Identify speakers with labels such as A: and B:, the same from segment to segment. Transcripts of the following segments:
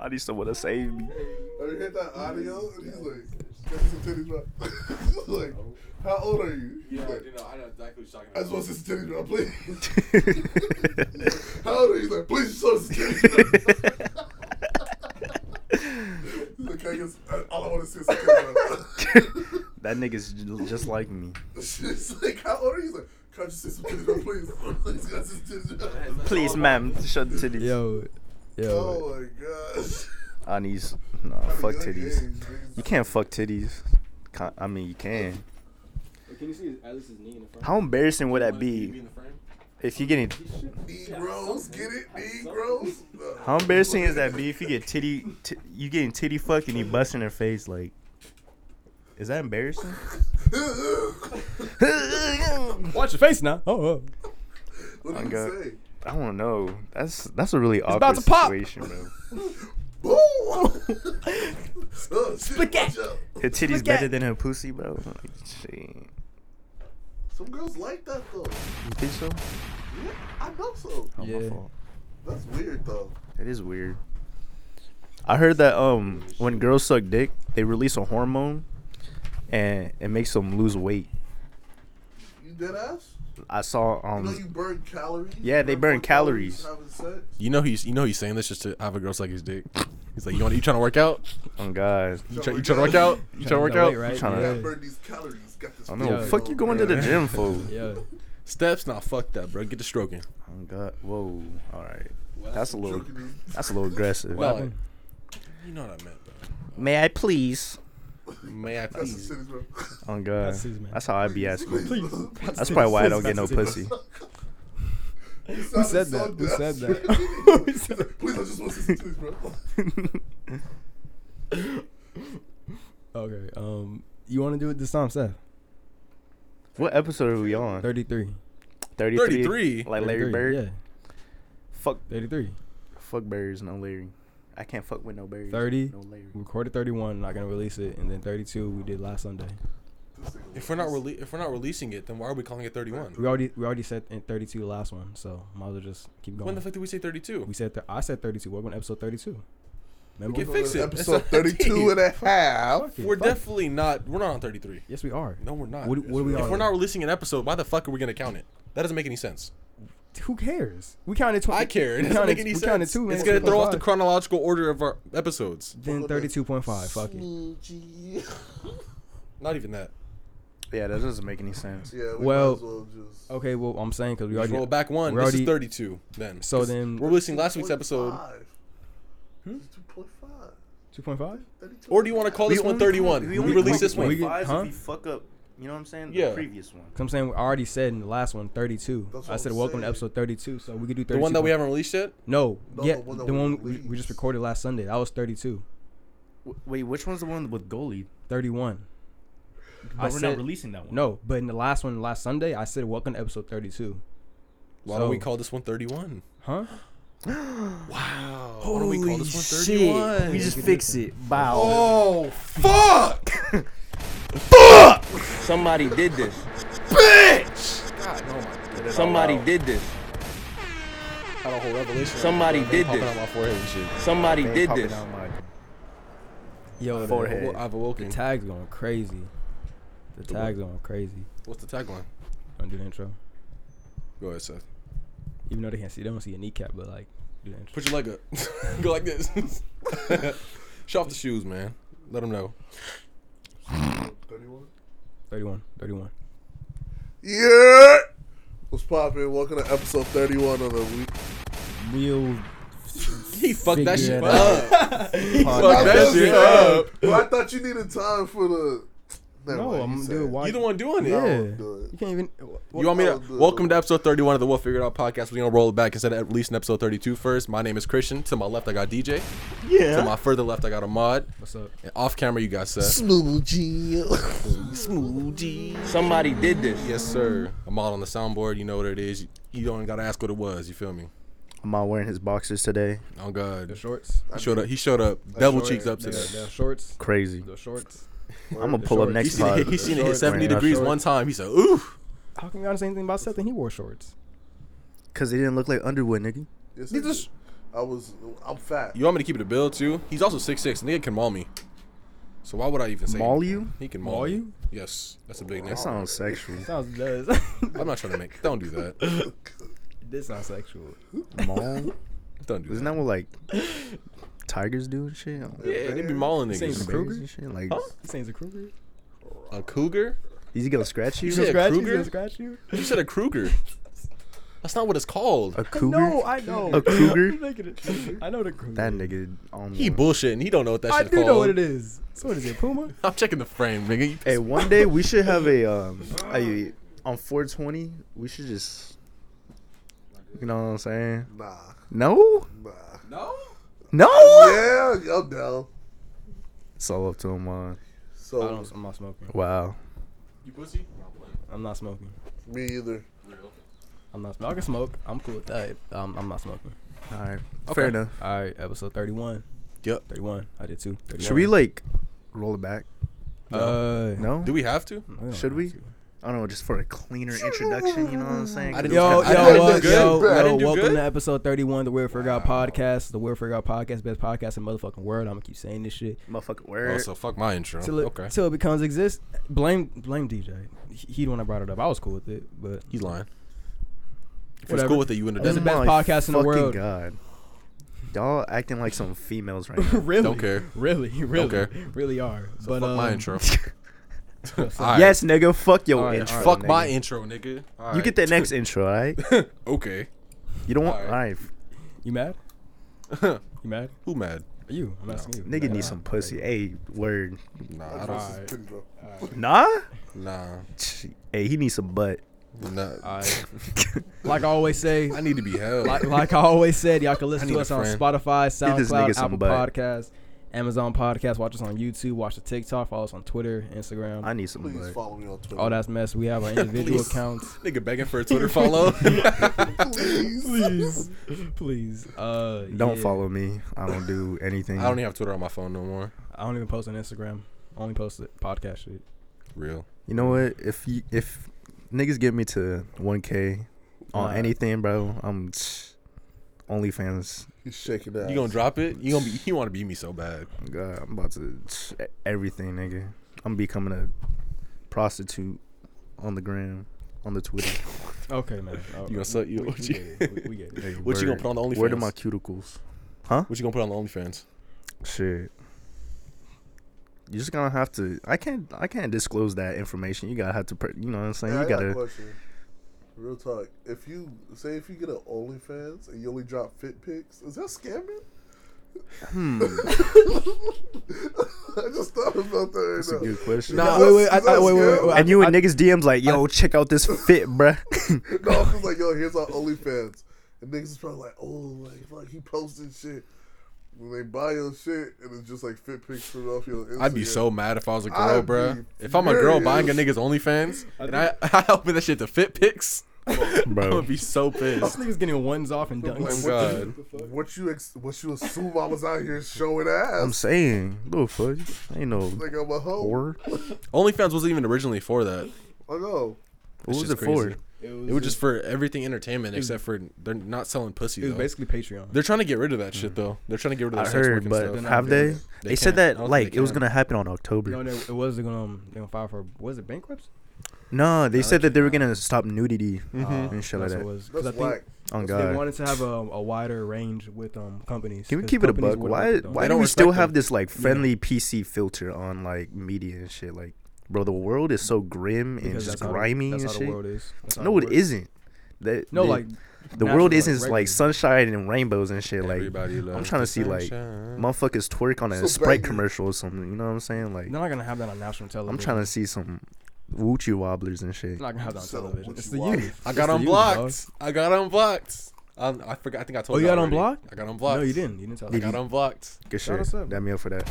A: I need someone to save me.
B: Oh, you heard that audio? And he's like, that's some titties drop. He's like, how old are you? He's
C: Yeah,
B: like,
C: you know, I know exactly what you're talking
B: I
C: about.
B: just want to see some titties drop, please. how old are you? He's like, please show us some titties drop. He's like, "Can I guess, all I want to see is some titties drop.
A: that nigga's j- just like me.
B: She's like, how old are you? He's like, can I just see some titties drop, please? Please, can I see some titties drop?
A: Please, ma'am, shut the titties.
D: Yo, yo.
B: Oh my gosh.
A: I need. s- No,
B: I mean,
A: fuck
B: young
A: titties.
B: age, niggas-
A: You can't fuck titties. Ca- I mean, you can.
C: But Can you see his, at least his knee in the frame?
A: How embarrassing would that
C: Wanna see his knee
A: be
C: in the frame?
A: if you getting?
C: He should.
B: Negroes, get it?
C: Something.
B: Negroes? No.
A: How embarrassing is that be if you get titty? T- you getting titty fucked and he busting her face like? Is that embarrassing? I
D: Watch your face now. Oh, oh.
B: what
A: I
B: did
A: got-
B: you say?
A: don't know. That's that's a really awkward
D: about to pop.
A: situation, bro.
B: Boom! oh, shit, watch out.
A: Her titty's
D: Look
A: better
D: at-
A: than her pussy, bro. Like, shit.
B: Some girls like that though.
A: You think so?
B: Yeah, I know so.
A: Oh, my
D: Yeah.
A: fault.
B: That's weird though.
A: That is weird. I heard that um when girls suck dick, they release a hormone and it makes them lose weight.
B: You dead ass?
A: I saw
B: You know
A: um
B: you burn calories?
A: yeah,
B: You
A: they burn
B: more calories.
A: calories.
B: Having sex?
E: You know he's you know he's saying this just to have a girl suck his dick. He's like, you want you trying to work out?
A: oh god.
E: You, try, you trying to work out? You trying to work out?
D: Right?
A: tryna-
B: You gotta
A: Yeah.
B: burn these calories. Got this
A: I don't know.
D: Yo.
A: fuck you going to the gym for?
D: Yeah. Yo.
E: Steps? Nah, fuck that, bro. Get to stroking.
A: Oh god. Whoa. All right.
C: Well,
A: That's a little
B: Jerking in.
A: that's a little aggressive.
E: Well,
D: happened?
E: you know what I meant, bro.
A: May I please?
E: May I
B: That's
E: please?
B: some titties, bro.
A: Oh god.
D: That's his man.
A: That's how I be at school.
B: Please.
A: That's probably why I don't
D: That's
A: get no
D: his- that's
A: pussy.
D: his-
B: Who
D: said that? Who said that?
B: Please, I just want to see some titties, bro.
D: Okay. Um, you want to do it this time, Seth?
A: what episode are we on?
D: Thirty-three.
A: 33?
E: 33?
A: Like Larry
D: 33,
A: Bird?
D: Yeah.
A: Fuck
D: Thirty-three.
A: fuck berries, no Larry. I can't fuck with no berries.
D: 30?
A: No Larry.
D: Recorded thirty-one. Not gonna release it, and then thirty-two we did last Sunday.
E: If we're not rele- if we're not releasing it, then why are we calling it 31?
D: We already we already said in thirty-two last one, so might as well just keep going.
E: When the fuck did we say 32?
D: we said th- I said thirty-two. What when episode thirty-two? Remember?
E: can fix it.
B: Episode
E: It's
B: 32 and a half.
D: Fuck it,
E: We're
D: fuck it.
E: definitely not. We're not on 33.
D: Yes, we are.
E: No, we're not.
D: What- what are we
E: if
D: on?
E: we're not releasing an episode, why the fuck are we gonna count it? That doesn't make any sense.
D: Who cares? We counted twenty.
E: I care. It
D: We
E: doesn't
D: counted,
E: make any
D: we
E: sense.
D: counted two.
E: it's
D: minutes
E: gonna
D: and
E: throw off the
D: 25.
E: chronological order of our episodes.
D: Then thirty-two point five. Fuck it.
E: Not even that.
A: Yeah, that doesn't make any sense.
B: Yeah, we
D: Well,
B: might as well just.
D: Okay. Well, I'm saying because we
E: Just
D: already
E: roll back one.
D: we
E: This
D: already-
E: is 32. Then.
D: So
E: 'Cause
D: then-
E: we're releasing last week's episode.
B: 2.5. It's 2.5.
D: two point five.
B: 32.
E: Or do you want to call this one 31? We, release this one.
D: we get-
A: Fives
D: huh?
A: if you fuck up, you know what I'm saying?
E: Yeah.
A: The previous one.
D: i I'm saying we already said in the last one 32.
B: That's
D: I
B: what
D: said
B: I'm
D: welcome to
B: saying.
D: episode 32, so we could do 32.
E: the one that we haven't released yet.
D: No,
B: No,
D: yeah,
B: the one that
D: the
B: we
D: one we, we
B: released.
D: just recorded last Sunday. That was 32,
A: W- wait, which one's the one with goalie?
D: 31.
A: But
D: I
A: we're
D: said-
A: not releasing that one.
D: No, but in the last one last Sunday, I said welcome to episode 32.
E: Why don't we
D: So-
E: call this one 31?
D: Huh?
E: Wow. Why don't we call this one 31?
A: We just fix it. Bow.
E: Oh fuck!
F: Somebody did this.
E: God, no, my
F: Somebody did this.
E: I had a whole revelation.
F: Somebody
E: They
F: did
E: popping
F: this.
E: out my forehead and shit.
F: Somebody did this.
D: Yo, the-
A: Forehead. Hey.
E: I've
D: The
E: awoken.
D: tag's going crazy. The tag's going crazy.
E: What's the tagline?
D: Don't do the intro.
E: Go ahead, Seth.
D: Even though they can't see, they don't see your kneecap, but like, do the intro.
E: Put your leg up. Go like this. Show off the shoes, man. Let them know.
B: 31.
D: 31, 31.
B: Yeah! What's poppin'? Welcome to episode 31 of the week.
D: Real.
E: He fucked that
D: Figure
E: shit
D: it
E: up. he fucked that
B: That's
E: shit
B: sad.
E: up.
B: Well, I thought you needed time for the. Never
D: No,
B: mind,
D: I'm gonna do
B: you
D: it.
B: said
D: Why?
E: You the one doing it.
B: No,
D: Yeah.
B: don't do
D: You
B: it.
D: can't even.
E: You want me
B: I'll
E: to
B: do it.
E: welcome to episode 31 of the We'll Figure It Out podcast. We're gonna roll it back instead of releasing episode 32 first. My name is Christian. To my left, I got DJ. Yeah. To my further left, I got Ahmad.
D: What's up?
E: And off camera, you got Seth.
F: Somebody did this.
E: Yes, sir. Ahmad on the soundboard. You know what it is. You don't gotta ask what it was. You feel me?
A: I'm not wearing his boxers today.
E: Oh God.
D: The shorts.
E: He showed up. He showed up. Double
D: Short-
E: cheeks up
D: the-
E: today.
D: the shorts.
A: Crazy.
D: The shorts.
A: I'm gonna pull
D: shorts.
A: up
E: He
A: next
E: seen, it,
A: time.
E: hit- he seen it hit
D: Shorts,
E: 70
A: man.
E: degrees
D: Shorts.
E: one time. He said, ooh.
D: How come y'all didn't say anything about Seth and he wore shorts?
A: Cause he didn't look like Underwood, nigga.
B: Yes,
D: These
B: you
D: are
B: did.
D: sh-
B: I was I'm fat.
E: You want me to keep it a bill too? He's also six six. Nigga can maul me. So why would I even say
A: Maul
E: anything?
A: you?
E: He can maul,
D: Maul
E: me.
D: you?
E: Yes, that's a big name.
A: That sounds sexual.
D: Sounds does.
E: I'm not trying to make. Don't do that.
D: this sounds sexual.
A: Maul?
E: Don't do
A: Isn't
E: that.
A: that what like tigers do and shit?
E: Yeah, they be mauling
D: Same
E: niggas.
D: Kruger?
A: Bears and shit? Like
D: This ain't a Kruger.
E: A cougar?
A: he's gonna scratch you?
E: said-
A: A
E: a
D: Scratch you?
E: Kruger?
D: Gonna Scratch you?
E: You said a Kruger. That's not what it's called.
A: cougar?
D: No, I know.
A: A cougar?
D: You're making it- I know the Kruger.
A: that nigga on
E: He
A: one.
E: bullshitting. He don't know what that
D: I
E: shit
D: do
E: called.
D: know what it is. So what is it, Puma?
E: I'm checking the frame, nigga. You
A: Hey, one day we should have a um a on 420. We should just, you know what I'm saying?
B: Nah,
A: No,
B: nah.
C: No?
A: no.
B: Yeah, I'm down.
A: It's all up to him. Uh,
D: I
B: So
D: don't, I'm not smoking.
A: wow.
E: You pussy?
D: I'm not smoking.
B: me either.
D: I'm not smoking. I can smoke. I'm cool with that. Um, I'm not smoking.
A: All right. Fair enough.
D: All right, episode 31.
E: Yep.
D: 31. I did too. 31.
A: Should we like roll it back?
D: Uh,
A: No.
E: Do we have to?
D: we don't
A: Should
D: have
A: we?
D: to.
A: I don't know. Just for a cleaner introduction. You know what I'm saying?
E: I didn't-
D: Yo, yo,
E: I didn't do
D: uh,
E: good.
D: yo,
E: I
D: yo,
E: didn't do
D: welcome
E: good?
D: to episode 31, the Word Forgot Podcast. The Word Forgot Podcast, best podcast in the motherfucking world. I'm gonna keep saying this shit.
A: Motherfucking word.
E: Also, Oh, fuck my intro.
D: Till it,
E: okay.
D: till it becomes exist. Blame blame DJ. He, he the one I brought it up. I was cool with it, but
E: He's lying. If
D: Whatever.
E: you're cool with it, you in the
D: That's
E: desert.
D: the best
A: Oh My
D: podcast in the
A: fucking
D: world.
A: God. Y'all acting like some females right now.
D: really,
E: Don't care.
D: Really, really,
E: care.
D: really are. but
E: fuck my
D: um,
E: intro.
D: so-
E: Alright.
A: Yes, nigga. Fuck your
D: Alright,
A: intro.
D: alright,
E: fuck my
A: nigga.
E: intro, nigga. Alright.
A: You get that next intro, all right?
E: Okay.
A: You don't want. All
E: Alright.
A: right,
D: You mad? You mad?
E: Who mad?
D: Are you? I'm asking you.
A: nigga, need some pussy. Hey, word.
E: Nah, I
B: I
E: don't.
B: don't
D: Alright.
B: pretty bro.
A: Nah.
E: Nah.
A: Hey, he needs some butt.
E: nah.
D: Alright. Like I always say,
E: I need to be held.
D: like, like I always said, y'all can
E: I
D: listen
E: need
D: to
E: a
D: us on
E: friend.
D: Spotify,
A: Give this nigga
D: SoundCloud,
A: some
D: Apple
A: butt.
D: Podcasts, Amazon Podcasts. Watch us on YouTube. Watch the TikTok. Follow us on Twitter, Instagram.
A: I need some
B: Please
A: butt.
B: follow me on Twitter.
D: all that's mess. We have our individual
E: Please.
D: accounts.
E: nigga begging for a Twitter follow.
B: Please.
D: Please, please. Uh,
A: Don't
D: yeah.
A: follow me. I don't do anything.
E: I don't even have Twitter on my phone no more.
D: I don't even post on Instagram. I only post it podcast shit.
E: Real.
A: You know what? If you, if niggas get me to 1K
D: Nah.
A: on anything, bro, I'm OnlyFans.
B: He's shaking that.
E: You gonna drop it? You gonna be? You want to be me so bad?
A: God, I'm about to everything, nigga. I'm becoming a prostitute on the gram, on the Twitter.
D: Okay, man. Oh,
E: You gonna suck- you-
D: We, we, get it. We, we get it.
A: Hey,
E: What you gonna
A: word.
E: put on the OnlyFans?
A: Where are my cuticles?
E: What you gonna put on the OnlyFans?
A: Shit. You're just gonna have to. I can't. I can't disclose that information. You gotta have to. pr- You know what I'm saying?
B: Hey, I
A: You
B: got a
A: gotta.
B: question. Real talk. If you say if you get an OnlyFans and you only drop fit pics, is that scamming?
A: Hmm.
B: I just thought about that. Right
A: That's a
B: now.
A: good question.
D: Nah,
B: Is that-
D: wait, wait, I-
B: is that
D: I- wait, wait, wait,
B: scam?
D: wait.
A: and you and niggas DMs like, yo, check out this fit, bruh.
B: No, I'm just like, yo, here's our OnlyFans. And niggas is probably like, oh, like, like he posted shit. When they buy your shit and it's just like fit pics from off your Instagram.
E: I'd be so mad if I was a girl,
B: I'd be
E: bruh. If I'm a girl
B: furious.
E: buying a nigga's OnlyFans and I, I open that shit to fit pics, I'm gonna be so
D: This
E: pissed.
D: nigga's getting ones off and
E: Oh my
D: dunks.
E: god.
B: What you ex- what you assume I was out here showing ass?
A: I'm saying, little fudge, ain't no
B: like I'm a hoe.
A: whore.
E: OnlyFans wasn't even originally for that.
B: I know.
A: What was
E: shit's
A: it for?
E: crazy. It was just for everything entertainment, except for they're not selling pussy.
D: It was
E: Though.
D: basically Patreon.
E: They're trying to get rid of that
A: Mm.
E: shit though. They're trying to get rid of the
A: I
E: sex work
A: heard,
E: and
A: but
E: stuff.
D: not
A: have
D: doing
A: they?
D: it.
A: They,
E: They
A: said
E: can't. I
A: that
E: don't think
A: like
E: they
A: it was
E: can.
A: gonna happen on October.
D: No,
A: No,
D: no, it was gonna um, they gonna file for was it bankruptcy?
A: they said that they were gonna stop nudity
D: Uh,
A: and shit like
D: that's
A: that.
D: what it was. 'Cause
B: That's
D: I think
B: whack.
A: On
D: They
A: Oh, God,
D: wanted to have a, a wider range with um companies.
A: can we
D: 'cause
A: keep it a
D: companies
A: buck?
D: wouldn't
A: Why?
D: work with them.
A: Why
E: They
A: do
E: don't
A: we still
E: respect
A: have
E: them.
A: this like friendly PC filter on like media and shit? Like, bro, the world is so grim and
D: Because
A: just
D: that's how the-
A: grimy
D: that's
A: and
D: how
A: shit.
D: the world is. That's how
A: No,
D: the
A: it
D: world-
A: isn't. The,
D: No,
A: the-
D: like
A: the
D: natural,
A: world isn't
D: regular.
A: like sunshine and rainbows and shit. Like,
E: Everybody loves
A: tryna
E: the
A: see, like,
E: sunshine.
A: motherfuckers twerk on a
B: So banging.
A: Sprite commercial or something. You know what I'm saying? Like,
D: They're not gonna have that on national television.
A: I'm trying to see some Woochie wobblers and
D: They're
A: shit.
D: not gonna have that on
B: So,
D: television.
B: what
D: It's
B: you
D: the
B: want?
D: youth.
E: I
D: It's
E: got
D: the youth, dog.
E: unblocked. I got unblocked. Um, I forgot. I think I told
D: Oh, you got
E: already.
D: unblocked?
E: I got unblocked.
D: No, you didn't. You didn't tell.
E: I
D: us.
E: got unblocked.
A: Good
D: Shout
A: shit.
D: us up.
A: Dab me up for that.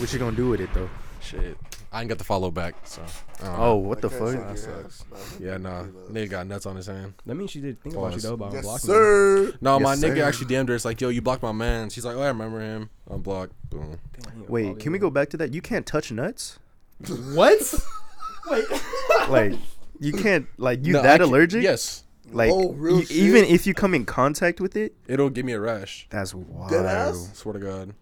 A: What you gonna do with it though?
E: Shit. I ain't got the follow back. So. I don't
A: Oh,
E: know.
A: what the
B: Like,
A: fuck?
B: that's your ass.
E: Yeah, nah.
B: Yes,
E: Nigga got nuts on his hand.
D: That means she did think about you
E: Pause.
D: though about
B: Yes,
D: blocking. you.
B: sir.
E: No,
A: Yes,
E: my nigga
A: sir.
E: actually damned her. It's like, yo, you blocked my man. She's like, oh, I remember him. Unblocked. Boom.
D: Damn,
A: Wait, can we go back to that? You can't touch nuts.
D: What? Wait.
A: Like, you can't. Like, you
E: No, I
A: that
E: can't-
A: allergic?
E: Yes.
A: Like,
B: Oh, real
A: e- even
B: shit?
A: if you come in contact with it,
E: It'll give me a rash.
A: that's wild.
B: ass?
E: Swear to God.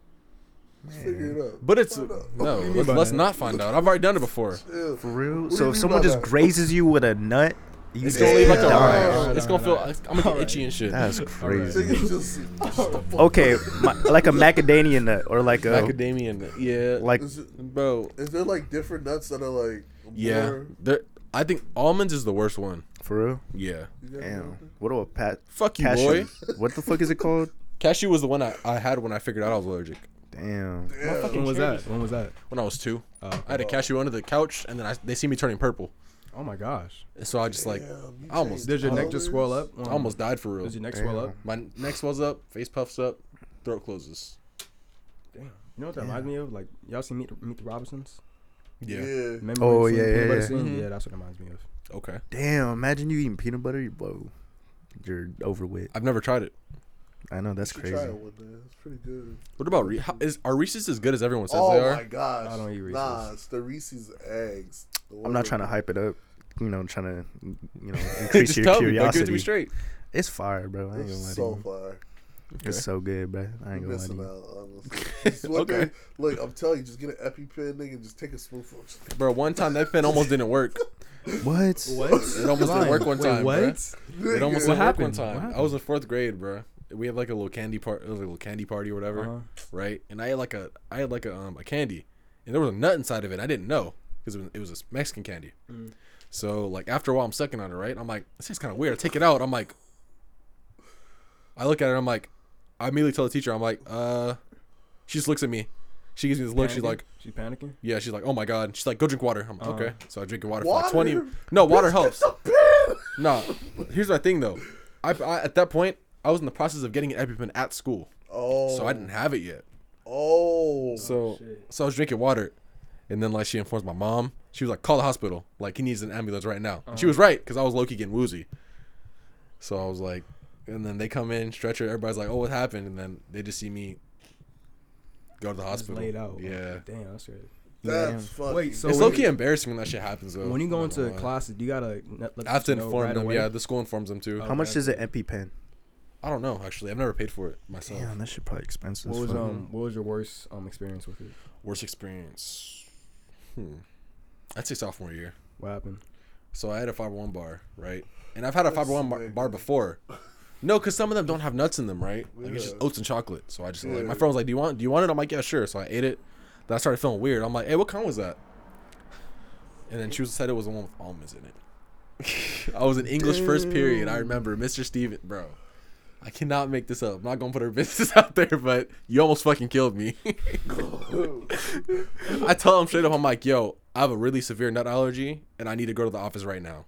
B: Figure it out.
E: But it's
B: Find out.
E: no.
B: What do you
E: Let's,
D: by
E: let's
D: that?
E: not find out. I've already done it before.
B: Yeah.
A: For real?
B: do you
A: So if
B: mean
A: someone
B: by
A: just
B: that?
A: grazes you with a nut, you
E: It's
A: just
E: gonna leave like a
B: Yeah.
A: die.
B: All
E: rash.
B: right,
E: It's
D: all
E: gonna feel.
D: right.
E: I'm gonna get itchy and shit.
A: That's crazy.
B: Nigga just, just the fuck
A: Okay, my, like a macadamia nut or like a
E: Macadamia. nut. Yeah.
A: like
B: Is, it,
E: bro.
B: is there like different nuts that are like
E: Yeah.
B: more-
E: There. I think almonds is the worst one.
A: for real.
E: Yeah.
B: you got
A: Damn, what do a pat?
E: Fuck you,
A: Cashew.
E: boy.
A: What the fuck is it called?
E: Cashew was the one I, I had when I figured out I was allergic.
A: Damn.
B: Yeah.
D: When was that? When was that?
E: When I was two, I had a cashew under the couch, and then I, they see me turning purple,
D: Oh my gosh.
E: and so I just like
B: Damn, you
E: I almost
D: Did your neck just swell up?
E: I almost died for real.
D: Does your neck swell up?
E: My neck swells up, face puffs up, throat closes.
D: Damn. You know what that reminds me of? Like y'all seen Meet, Meet the Robinsons?
E: Yeah.
B: Yeah. Mm-hmm.
D: Remember
A: Oh,
D: when you seen the
A: yeah,
D: peanut
A: yeah,
D: butter
A: yeah.
D: scene?
E: Mhm.
D: Yeah, that's what it reminds me of.
E: Okay.
A: Damn. Imagine you eating peanut butter, you blow. You're over with.
E: I've never tried it.
A: I know that's
B: You should try
A: crazy.
B: it one day. It's pretty good.
E: What about Re- how, is are Reese's as good as everyone says they
B: oh
E: are?
B: my gosh.
D: I don't eat Reese's.
B: Nah, it's the Reese's eggs. The
A: I'm
B: one
A: not
B: with-
A: trying to hype it up. You know, trying to you know
E: Just
A: increase your
E: tell me, like, give it to me
A: curiosity.
E: straight.
A: It's fire, bro. I ain't gonna
B: It's
A: lie to
B: so
A: you.
B: far.
A: It's so good, bro. I ain't
B: You're
A: gonna lie to
B: missing
A: you.
B: out, honestly. It's one
E: Okay.
B: thing- Look, I'm telling you, just get an EpiPen, nigga, and just take a spoonful. Just-
E: Bro, one time that pen almost didn't work.
A: What?
E: It almost didn't work one time. bruh. It almost
D: What
E: didn't work one
D: happened? What
E: time. I
D: happened?
E: was in fourth grade, bro. We had like a little candy part, it was a little candy party or whatever,
D: Uh-huh.
E: right? And I had like a, I had like a, um, a candy, and there was a nut inside of it. I didn't know because it was, it was a Mexican candy. So like after a while, I'm sucking on it, right? I'm like, this is kind of weird. I take it out. I'm like, I look at it. I'm like, I immediately tell the teacher. I'm like, uh, she just looks at me. She gives me this look. She's
D: Panicking?
E: like,
D: she's panicking.
E: yeah. She's like, oh my god. She's like, go drink water. I'm like,
D: Uh-huh.
E: okay. So I drink water, for like
B: Water?
E: 20. No, water helps.
B: Pen!
E: No, here's my thing though. I, I at that point I was in the process of getting an EpiPen at school,
B: Oh.
E: so I didn't have it yet.
B: Oh.
E: So so I was drinking water, and then like she informs my mom. She was like, "Call the hospital. Like he needs an ambulance right now." And She was
D: Uh-huh.
E: right because I was low key getting woozy. So I was like, and then they come in stretcher. Everybody's like, "Oh, what happened?" And then they just see me go to the
D: Just
E: hospital.
D: laid out.
E: Yeah,
D: Damn, that's crazy.
B: that's fucking.
D: Wait, so
E: it's
D: when
E: low key embarrassing when that shit happens though.
D: When you go
E: I'm not gonna
D: into
E: lie.
D: classes, do you gotta n- let
E: I have to
D: know
E: inform
D: right
E: them.
D: away?
E: Um, Yeah, the school informs them too.
A: How much is an EpiPen?
E: I don't know actually. I've never paid for it myself.
A: Damn, that shit probably expensive.
D: What
A: as
D: was
A: fuck.
D: um What was your worst um experience with it?
E: Worst experience. Hmm. I'd say sophomore year.
D: What happened?
E: So I had a fiber one bar, right? And I've had a fiber one bar,
B: sick.
E: bar before. No, because some of them don't have nuts in them, right? Like it's just
B: Yeah.
E: oats and chocolate. So I just like my
B: Yeah.
E: friend was like, "Do you want? Do you want it?" I'm like, "Yeah, sure." So I ate it. Then I started feeling weird. I'm like, "Hey, what kind was that?" And then she was- said it was the one with almonds in it. I was in English first period. I remember Mr. Steven, bro. I cannot make this up. I'm not gonna put her business out there, but you almost fucking killed me. I tell him straight up, I'm like, yo, I have a really severe nut allergy and I need to go to the office right now.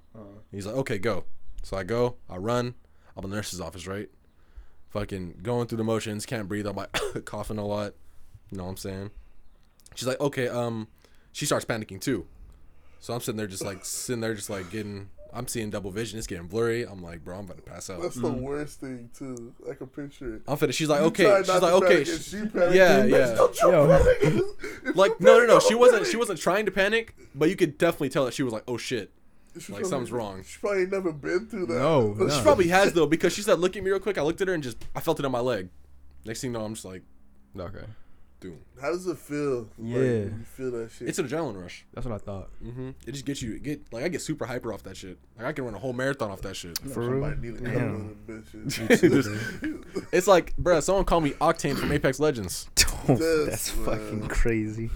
E: He's like, okay, go. So I go, I run, I'm in the nurse's office, right? Fucking going through the motions, can't breathe. I'm like coughing a lot. You know what I'm saying? She's like, okay, um, she starts panicking too. So I'm sitting there just like, sitting there just like getting, I'm seeing double vision. It's getting blurry. I'm like, bro, I'm about to pass out.
B: That's the worst thing, too. I can picture it.
E: I'm finished. She's like,
B: You
E: okay.
B: try
E: She's
B: not
E: like,
B: to
E: okay.
B: panic, and
E: sh-
B: she panicked,
E: yeah,
B: you bitch,
E: yeah.
B: don't you
D: Yo.
B: panic. If you
E: like, no, no,
B: panic,
E: no.
B: don't
E: She wasn't.
B: panic.
E: She wasn't trying to panic, but you could definitely tell that she was like, oh shit.
B: She
E: like,
B: probably-
E: something's wrong.
B: She probably ain't never been through that.
D: No,
B: But
D: no.
E: She probably has though because she said, "Look at me real quick." I looked at her and just I felt it on my leg. Next thing you know, I'm just like,
D: Okay,
E: "Dude,
B: How does it feel? Like,
D: Yeah.
B: you feel that shit.
E: it's an adrenaline rush."
D: that's what I thought.
E: Mm-hmm. It just gets you it get like I get super hyper off that shit. Like I can run a whole marathon off that shit.
A: For real?
B: Somebody need to
A: Damn.
B: come with them bitches.
E: Just- it's like, bruh, someone called me Octane from Apex Legends.
A: That's uh,
B: This,
A: fucking
B: man.
A: crazy.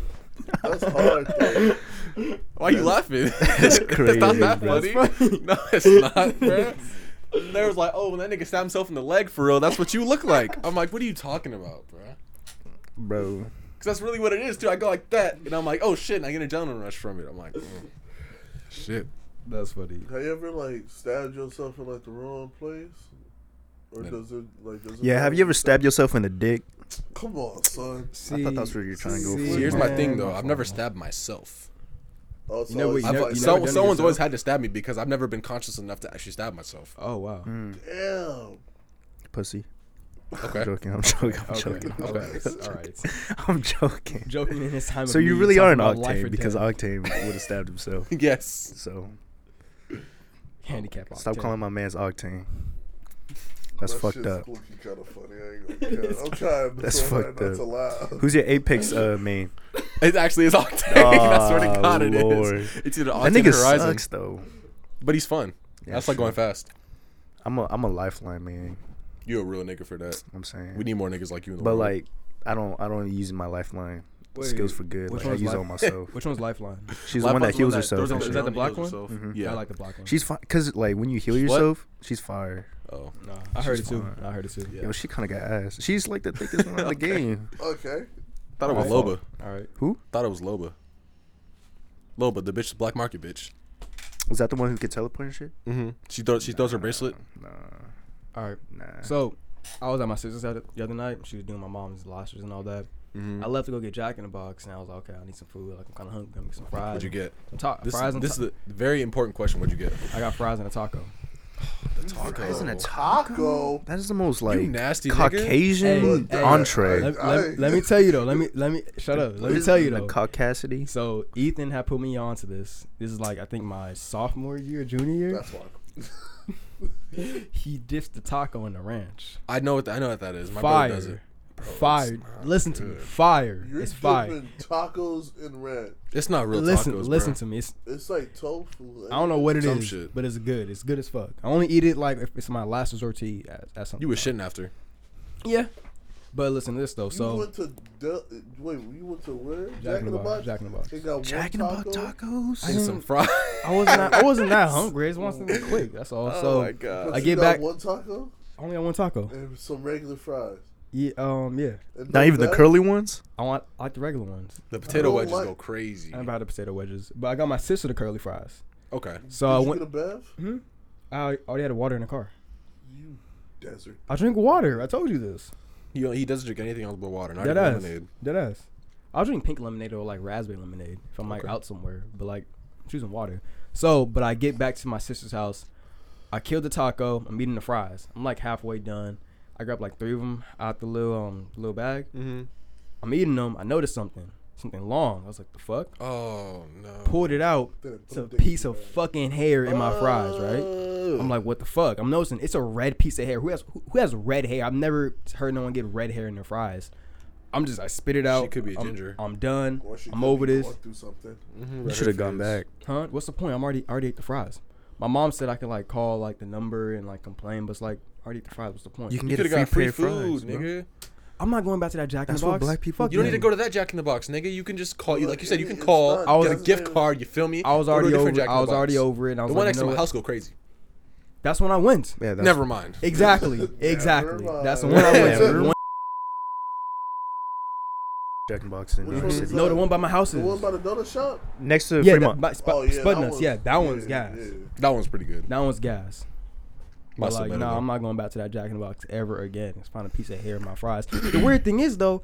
B: That's hard. Though.
E: Why are you laughing? That's
A: crazy,
E: it's not that
A: bro.
E: funny. No, it's not, bro. There was like, oh, when that nigga stabbed himself in the leg for real, that's what you look like. I'm like, what are you talking about, bruh?
A: Bro.
E: Cause that's really what it is too. I go like that, and I'm like, oh shit, and I get a adrenaline rush from it. I'm like, mm. shit.
D: That's funny.
B: Have you ever like stabbed yourself in like the wrong place? Or
E: No.
B: does it like does it
A: Yeah, have you ever
B: matter?
A: stabbed yourself in the dick?
B: Come on, son.
A: I thought that's where you're trying to go
D: See,
A: for.
E: See, here's my
D: man.
E: thing though. I've never stabbed myself.
B: Oh, so
D: know what
B: it's
D: you
E: I've,
D: never-
B: like-
D: you
E: so,
D: never done it
E: someone's always
D: yourself?
E: had to stab me because I've never been conscious enough to actually stab myself.
D: Oh wow.
B: Damn.
A: Pussy.
E: Okay.
A: I'm joking. I'm joking. I'm
D: Okay.
A: joking. I'm
D: All
A: joking.
D: right. All right.
A: I'm joking.
D: Joking in his time.
A: So
D: of
A: you
D: need,
A: really are an
D: talking about life or
A: octane because
D: death.
A: Octane would have stabbed himself.
E: yes.
A: So
D: Handicap.
A: Stop
D: octane.
A: calling my man's octane. That's
B: That
A: fucked
B: shit's
A: up.
B: looking kind of funny. I ain't gonna care. I'm trying.
A: That's
B: so hard
A: fucked
B: not
A: up.
B: To laugh.
A: Who's your Apex uh main?
E: It actually is Octane. I swear to
A: Ah,
E: God, it is.
A: Lord.
E: It's either
A: That
E: Octane
A: nigga
E: or Horizon.
A: sucks though.
E: But he's fun.
A: Yeah,
E: That's like
A: sure.
E: going fast.
A: I'm a I'm a lifeline man.
E: You a real nigga for that.
A: I'm saying.
E: We need more niggas like you in the
A: but
E: world.
A: like I don't I don't use my lifeline
D: Wait,
A: skills for good.
D: which
A: Like I
D: one's
A: use it on myself.
D: Which one's lifeline?
A: She's the one that
E: Lifeline's
A: heals herself.
E: throws
A: and
E: on-
A: shit.
D: Is that the black one?
E: herself.
A: Mhm.
E: Yeah.
D: I like the black one.
A: She's fine because like when you heal
E: She's what?
A: yourself, she's fire.
E: oh.
D: Nah, I heard it
A: she's
D: too.
A: fine.
D: I heard it too. Oh,
E: Yeah.
A: Yo, she kind of got ass. She's like the thickest one in the game.
B: Okay.
E: Thought it was
D: Alright.
E: Loba.
D: All right.
E: Thought it was Loba. Loba, the bitch, the black market bitch.
A: Was that the one who could teleport and shit?
E: Mm-hmm. She throws. She throws her bracelet.
A: Nah,
D: All right.
A: nah.
D: So, I was at my sister's the the other night. She was doing my mom's lobsters and all that.
E: Mm-hmm.
D: I left to go get Jack in the Box, and I was like, okay, I need some food. Like I'm kind of hungry. I'm get some fries.
E: What'd you get?
D: Some ta-
E: This,
D: fries and
E: this
D: ta-
E: is a very important question. What'd you get?
D: I got fries and a taco.
E: The taco.
A: isn't a
B: Taco.
A: That is the most like
E: nasty nigga.
A: Caucasian
D: Hey, hey,
A: entree.
D: Let,
B: I-
D: let- let me tell you though. Let me let me shut up. Let me tell you
A: the
D: though.
A: caucasity.
D: So Ethan had put me on to this. This is like I think my sophomore year, junior year.
B: That's why.
D: He dipped the taco in the ranch.
E: I know what. th- I know what that is. My brother does it.
D: Fire. Fire.
E: not
D: Listen to me.
E: good.
D: Fire.
B: You're
D: it's fire.
B: dipping tacos in ranch.
E: It's not real
D: Listen,
E: tacos.
D: listen
E: bro.
D: to me. It's
B: It's like tofu.
D: I don't know what it is,
E: Some shit.
D: but it's good. It's good as fuck. I only eat it like if it's my last resort to eat at, at something.
E: You was shitting after.
D: Yeah. But listen to this though.
B: You
D: So
B: went to Del- wait, you went to where?
D: Jack in the Box. Jack in the Box.
B: They got
A: Jack in the
B: one
A: Box
B: taco.
E: I
A: tacos.
E: need some fries.
D: I wasn't that, I wasn't that hungry. I just wanted something quick. That's all. so
B: But
D: I
B: Oh you
D: get
B: got
D: back.
B: one taco
D: I only got one taco.
B: and some regular fries.
D: Yeah. Um. Yeah.
B: And
A: Not
B: no
A: even the
B: bag?
A: curly ones.
D: I want I like the regular ones.
E: The potato
B: don't
E: wedges
B: like-
E: go crazy.
D: I never had the potato wedges, but I got my sister the curly fries.
E: Okay.
D: So
B: Did
D: I
B: you
D: went.
B: get a bath?
D: I already had water in the car.
B: You desert.
D: I drink water. I told you this.
E: He, he doesn't drink anything else but water. Not
D: Dead
E: even
D: ass.
E: lemonade.
D: Dead ass. I'll drink pink lemonade or like raspberry lemonade if I'm like out somewhere, but like I'm choosing water. So, but I get back to my sister's house. I killed the taco. I'm eating the fries. I'm like halfway done. I grabbed like three of them out the little um little bag.
E: Mm-hmm.
D: I'm eating them. I noticed something, something long. I was like, the fuck.
E: Oh no.
D: Pulled it out.
B: Then
D: It's a piece of fucking hair in my fries, right? I'm
E: Oh.
B: I'm
D: like, what the fuck? I'm noticing it's a red piece of hair. Who has who, who has red hair? I've never heard no one get red hair in their fries. I'm just I spit it out.
E: could be a
D: I'm-
E: ginger. Mm-hmm.
D: I'm, done. I'm over this.
B: Through something.
A: You should have gone back.
D: Huh? What's the point? I'm already already ate the fries. My mom said I could like call like the number and like complain, but it's like I already ate the fries. What's the point?
A: You can
E: You
A: get
E: could
A: a
E: have
A: free,
E: got free
A: pair of
E: food,
A: fries, bro.
E: nigga.
D: I'm not going back to that Jack in the
A: That's
D: Box.
A: what black people
D: Fuck
E: You don't need to
D: them.
E: go to that Jack in the Box, nigga. You can just call. You like you said, you can
B: It's
E: call.
B: not-
D: I was-
E: get a gift card. You feel me?
D: I was
E: Go to a
D: already over.
E: different Jack in
D: I was
E: Box.
D: already over it. And I was
E: The
D: like,
E: one next
D: you
E: to
D: know
E: my
D: what?
E: house go crazy.
D: That's when I went.
A: Yeah, that's
E: Never mind.
D: Exactly. exactly.
B: mind.
D: That's the one I went
A: Never
D: to.
A: mind.
D: One-
A: Jack in the Box in
B: Which
A: New York
B: one
A: City.
B: is
D: Mm-hmm. no, the one by my house
B: The
D: is.
B: one by the donut shop.
A: Next to
D: yeah, that,
A: Fremont.
D: by, Sp-
B: Oh yeah,
D: Spudnuts. yeah, that one's gas.
E: That one's pretty good.
D: That one's gas. But
E: Muscle
D: like,
E: better,
D: nah,
E: though.
D: I'm not going back to that Jack in the Box ever again. It's find a piece of hair in my fries. the weird thing is though,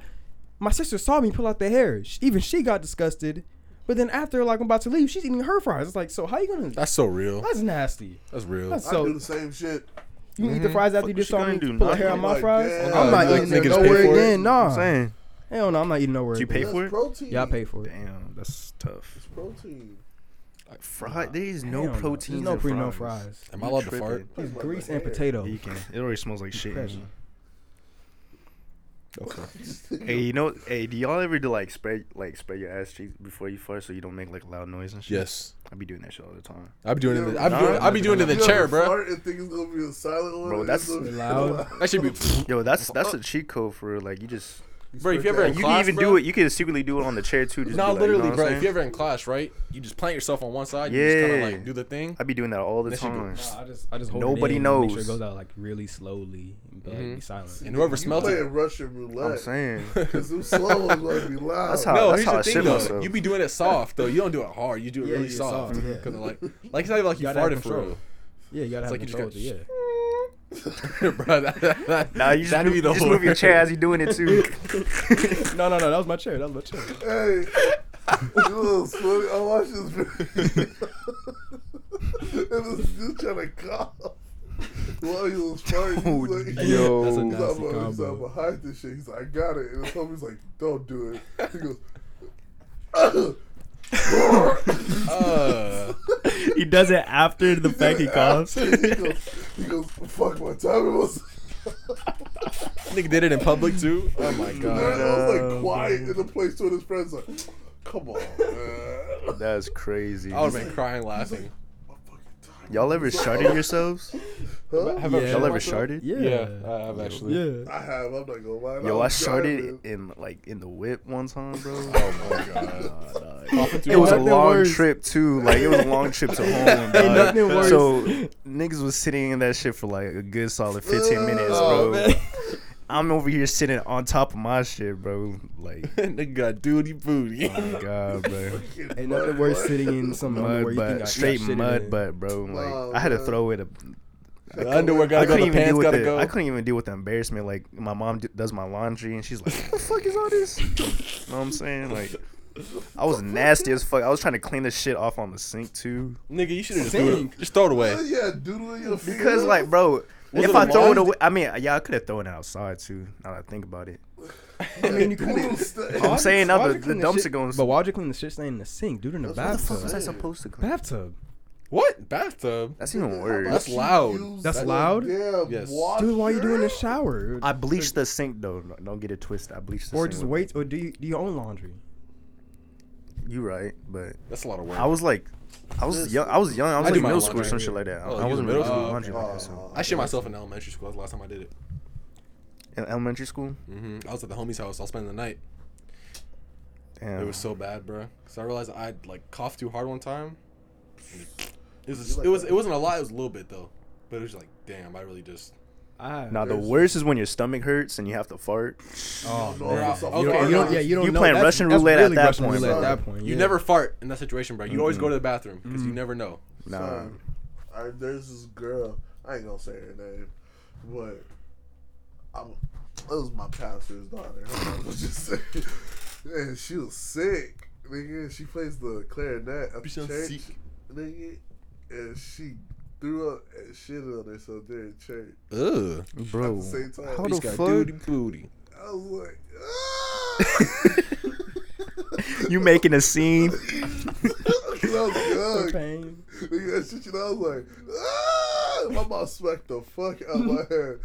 D: my sister saw me pull out the hair. She, even she got disgusted. But then after like I'm about to leave, she's eating her fries. It's like, so how you gonna?
E: That's so real.
D: That's nasty.
E: That's real.
D: That's
B: I
D: so
B: do the same shit.
D: you can eat the fries after you
A: Fuck,
D: just
A: she
D: saw me
A: gonna do
D: pull a hair
A: nothing.
D: on my
B: Like,
D: fries.
B: damn.
D: I'm not
E: Like,
D: eating it
E: niggas pay
D: nowhere
E: for it?
D: again.
A: I'm
D: Nah,
A: saying.
D: hell no, I'm not eating nowhere.
A: Do Oh, you
D: again.
A: pay for
B: That's
A: it?
B: protein.
D: Y'all pay for it.
A: Damn, that's tough.
B: It's protein.
A: Fry. There is no
D: Hell
A: protein.
D: No
A: in
D: pre, no
A: fries.
D: fries.
E: Am I allowed to
A: tripping.
E: fart?
D: It's
B: Like
D: grease
B: my
D: and
B: hair.
D: potato.
A: You can. It already smells like shit. in
D: Crazy.
A: here.
E: Okay.
A: Hey, you know, hey, do y'all ever do like spread, like spread your ass cheeks before you fart so you don't make like loud noise and shit?
E: Yes.
A: I be doing that shit all the time.
E: I be doing it. in the- I be
A: Nah,
E: doing, I be
A: nah,
E: doing it in the chair, bro.
B: Fart and think it's gonna be a silent one.
A: Bro,
B: and
A: that's
B: it's gonna be
D: loud.
E: That should be.
A: Yo, that's that's a cheat code for like you just
E: Bro, if you ever
B: Bro,
E: in
A: you
E: class,
A: can even
E: bro,
A: do it. You can secretly do it on the chair too. Just
E: No,
A: be like, you know
E: literally,
A: what
E: bro.
A: I'm
E: If you're
A: saying?
E: ever in class, right? You just plant yourself on one side. You just kind
A: Yeah.
E: of like do the thing.
A: I be doing that all the
E: That should be-
A: time.
D: I just, I just hold
A: Nobody
D: it in and Make sure
A: knows.
D: it goes out like really slowly, and be, like, be silent.
E: And whoever
B: You
E: smells
B: playing
E: it.
B: Russian roulette.
A: I'm saying.
B: Cause them slow ones gonna be loud.
A: That's how-
E: No,
A: that's
E: here's the
A: I
E: thing
A: shit
E: though.
A: myself.
E: You be doing it soft though. You don't do it hard. You do it
D: Yeah,
E: really
D: you
E: soft.
D: soft, yeah.
E: Cause like, like it's not even like you,
D: gotta have
E: farted for
D: Yeah, you gotta have
E: It's like you just
D: control.
E: got-
D: with it, yeah.
E: real, bro. That, that, that,
A: Nah, you just,
E: that'd
A: move,
E: be the
A: you just
E: whole-
A: move your chair as you're doing it too.
D: No, no, no. That was my chair. That was my chair.
B: Hey, you little sweaty. I watch this video. and this dude trying to cough. While he was farting, he's like,
D: Oh, yo.
B: he's
D: That's a
B: like,
D: nasty
B: "I'm- he's like,
D: combo.
B: I'm behind this shit. He's like, I got it. And his homie's like, don't do it. He goes,
E: Uh,
A: he does it after the fact he coughs.
B: he goes, he goes, fuck my tummy was.
E: Nigga did it in public too. Oh my
B: And then
E: god.
B: I was
A: no,
B: like quiet in the place with his friends. Like, come on, man.
A: That's crazy.
E: I would have been crying laughing.
B: My fucking tummy.
A: Y'all ever sharded yourselves?
B: Huh?
E: Have
D: Yeah.
A: Y'all ever
E: myself?
A: sharded?
D: Yeah.
E: Yeah, I- I've actually.
D: Yeah.
B: I have. I'm not gonna lie.
A: Yo, I
B: was
A: sharded
B: driving.
A: in like in the whip one time, bro.
E: Oh my god.
A: Nah, dog.
E: Coughing too
A: It was a
E: hard?
D: nothing
A: long
D: worse.
A: trip too. Like it was a long trip to home.
D: Ain't
A: dog.
D: nothing worse.
A: So niggas was sitting in that shit for like a good solid
D: Oh,
A: fifteen minutes, bro. I'm over here sitting on top of my shit, bro. Like,
E: Nigga got duty booty.
A: oh my god, bro.
D: Ain't nothing worse sitting in some underwear
A: Mud
D: you think I- you
A: butt,
D: got
A: straight
D: shit in
A: mud
D: it.
A: butt, bro. Like
B: Oh,
A: I had to
B: man.
A: throw it. A,
E: The underwear
A: I
E: gotta go. The
A: couldn't even deal
E: pants
A: with
E: gotta
A: the,
E: go.
A: I couldn't even deal with the embarrassment. Like my mom d- does my laundry, and she's like, "What the fuck is all this?" you know what I'm saying? Like, I was nasty as fuck. I was trying to clean the shit off on the sink too.
E: Nigga, you should have just threw
D: Sink.
E: it. Just throw it away.
B: Hell yeah, doodle in your feet.
A: Because like, bro,
E: Was
A: if
E: it
A: I
E: a
A: throw it
E: laundry-
A: away, I mean, yeah, I could have thrown it outside too. Now that I think about it,
D: I mean, you couldn't.
B: Doodle stay.
A: I'm saying now
D: Why'd
A: the,
D: you
A: the
D: clean
A: dumpster
D: shit-
A: going.
D: But why'd you clean the shit stain in the sink, dude? In the
B: That's what the fuck
A: was
D: bathtub.
A: I supposed to clean?
D: Bathtub.
E: What? Bathtub?
A: That's even
B: How
A: worse.
E: That's
B: about you
E: loud.
B: use
D: That's
B: your
D: loud?
B: Damn,
E: Yes.
B: washer?
D: Dude, why you doing the shower?
A: I bleached the sink though. No, Don't get it twisted. I bleached the
D: or
A: sink.
D: just
A: with-
D: wait, or do you do your own laundry?
A: You right, but
E: That's a lot of work.
A: I was like, I was young. I was young. I was
E: I do
A: like
E: my
A: middle school or
E: laundry.
A: some shit like that. I-
E: Oh,
A: I
E: you
A: wasn't
E: do middle
A: really doing
E: school?
A: laundry like
B: Oh,
A: that. So.
E: I shit myself in elementary school. That's the last time I did it.
A: In elementary school,
E: hmm I was at the homie's house. I was spending the night.
A: damn.
E: It was so bad, bro. Because I realized I like coughed too hard one time. It was.
B: You like
E: it was.
B: that?
E: It wasn't a lot. It was a little bit though. But it was just like, damn, I really just.
D: I
A: now the
D: there's-
A: worst is when your stomach hurts and you have to fart.
D: Oh,
B: No,
D: man.
B: it's
E: okay,
B: a
E: you
D: You don't,
B: hard
D: you don't,
B: on.
D: yeah, you don't
A: You
D: know.
A: playing
D: That's-
A: Russian
D: that's
A: roulette at
D: really
A: that
D: Russian
A: point,
D: roulette at
B: bro.
D: that point.
E: You
D: yeah.
E: never fart in that situation, bro. You always go to the bathroom because you
D: Mhm.
E: never know.
A: Nah,
B: Son, I, there's this girl. I ain't gonna say her name, but I'm, it was my pastor's daughter. Her mom was just sick, and she was sick. Nigga, she plays the clarinet at the
E: Bitch, I'm
B: church.
E: sick.
B: Nigga, and she threw up and shit on herself there in church.
E: Ugh.
A: bro.
B: At the same time,
A: How
E: Bitch
A: the
E: got
A: fuck?
E: duty booty.
B: I was like, ah!
A: You making a scene?
B: 'Cause I was young.
D: Pain.
B: Nigga, that shit, you know, I was like, ah! My mom smacked the fuck out of my hand.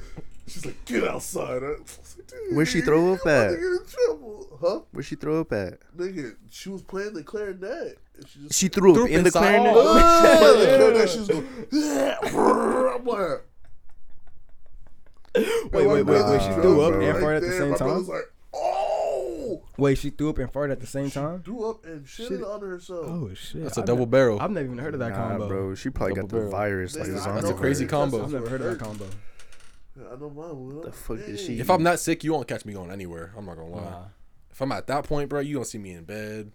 B: She's like, get outside. I was like, "Dude,
A: Where'd she throw up
B: you about
A: at?"
B: to get in trouble. Huh?
A: Where'd she throw up at?
B: Nigga, she was playing the clarinet. And she just
A: She threw,
E: Threw
A: up
E: up
A: in the
E: inside.
A: clarinet.
E: Oh.
B: She was playing the clarinet. She was going, "Yeah." I'm like,
D: Wait, wait, wait, wait. She
A: Nah,
D: threw up
A: bro.
D: and farted at the
B: there,
D: same
B: my
D: time.
B: brother's like, oh!
D: Wait, she threw up and farted at the same time.
B: Threw up and shitted
D: Shit.
B: on herself.
D: Oh shit!
E: That's a
D: I've
E: double
D: ne-
E: barrel.
D: I've never even heard of that
A: Nah,
D: combo.
A: bro. She probably got
E: Double barrel.
A: the virus. Like
B: Nigga, I
A: zombie
E: That's a
B: know
E: crazy
B: her.
E: combo.
D: I've never heard of that combo.
B: I know mine will.
A: The fuck did she-
E: If I'm not sick, you won't catch me going anywhere. I'm not gonna lie.
D: Nah.
E: If I'm at that point, bro, you don't see me in bed.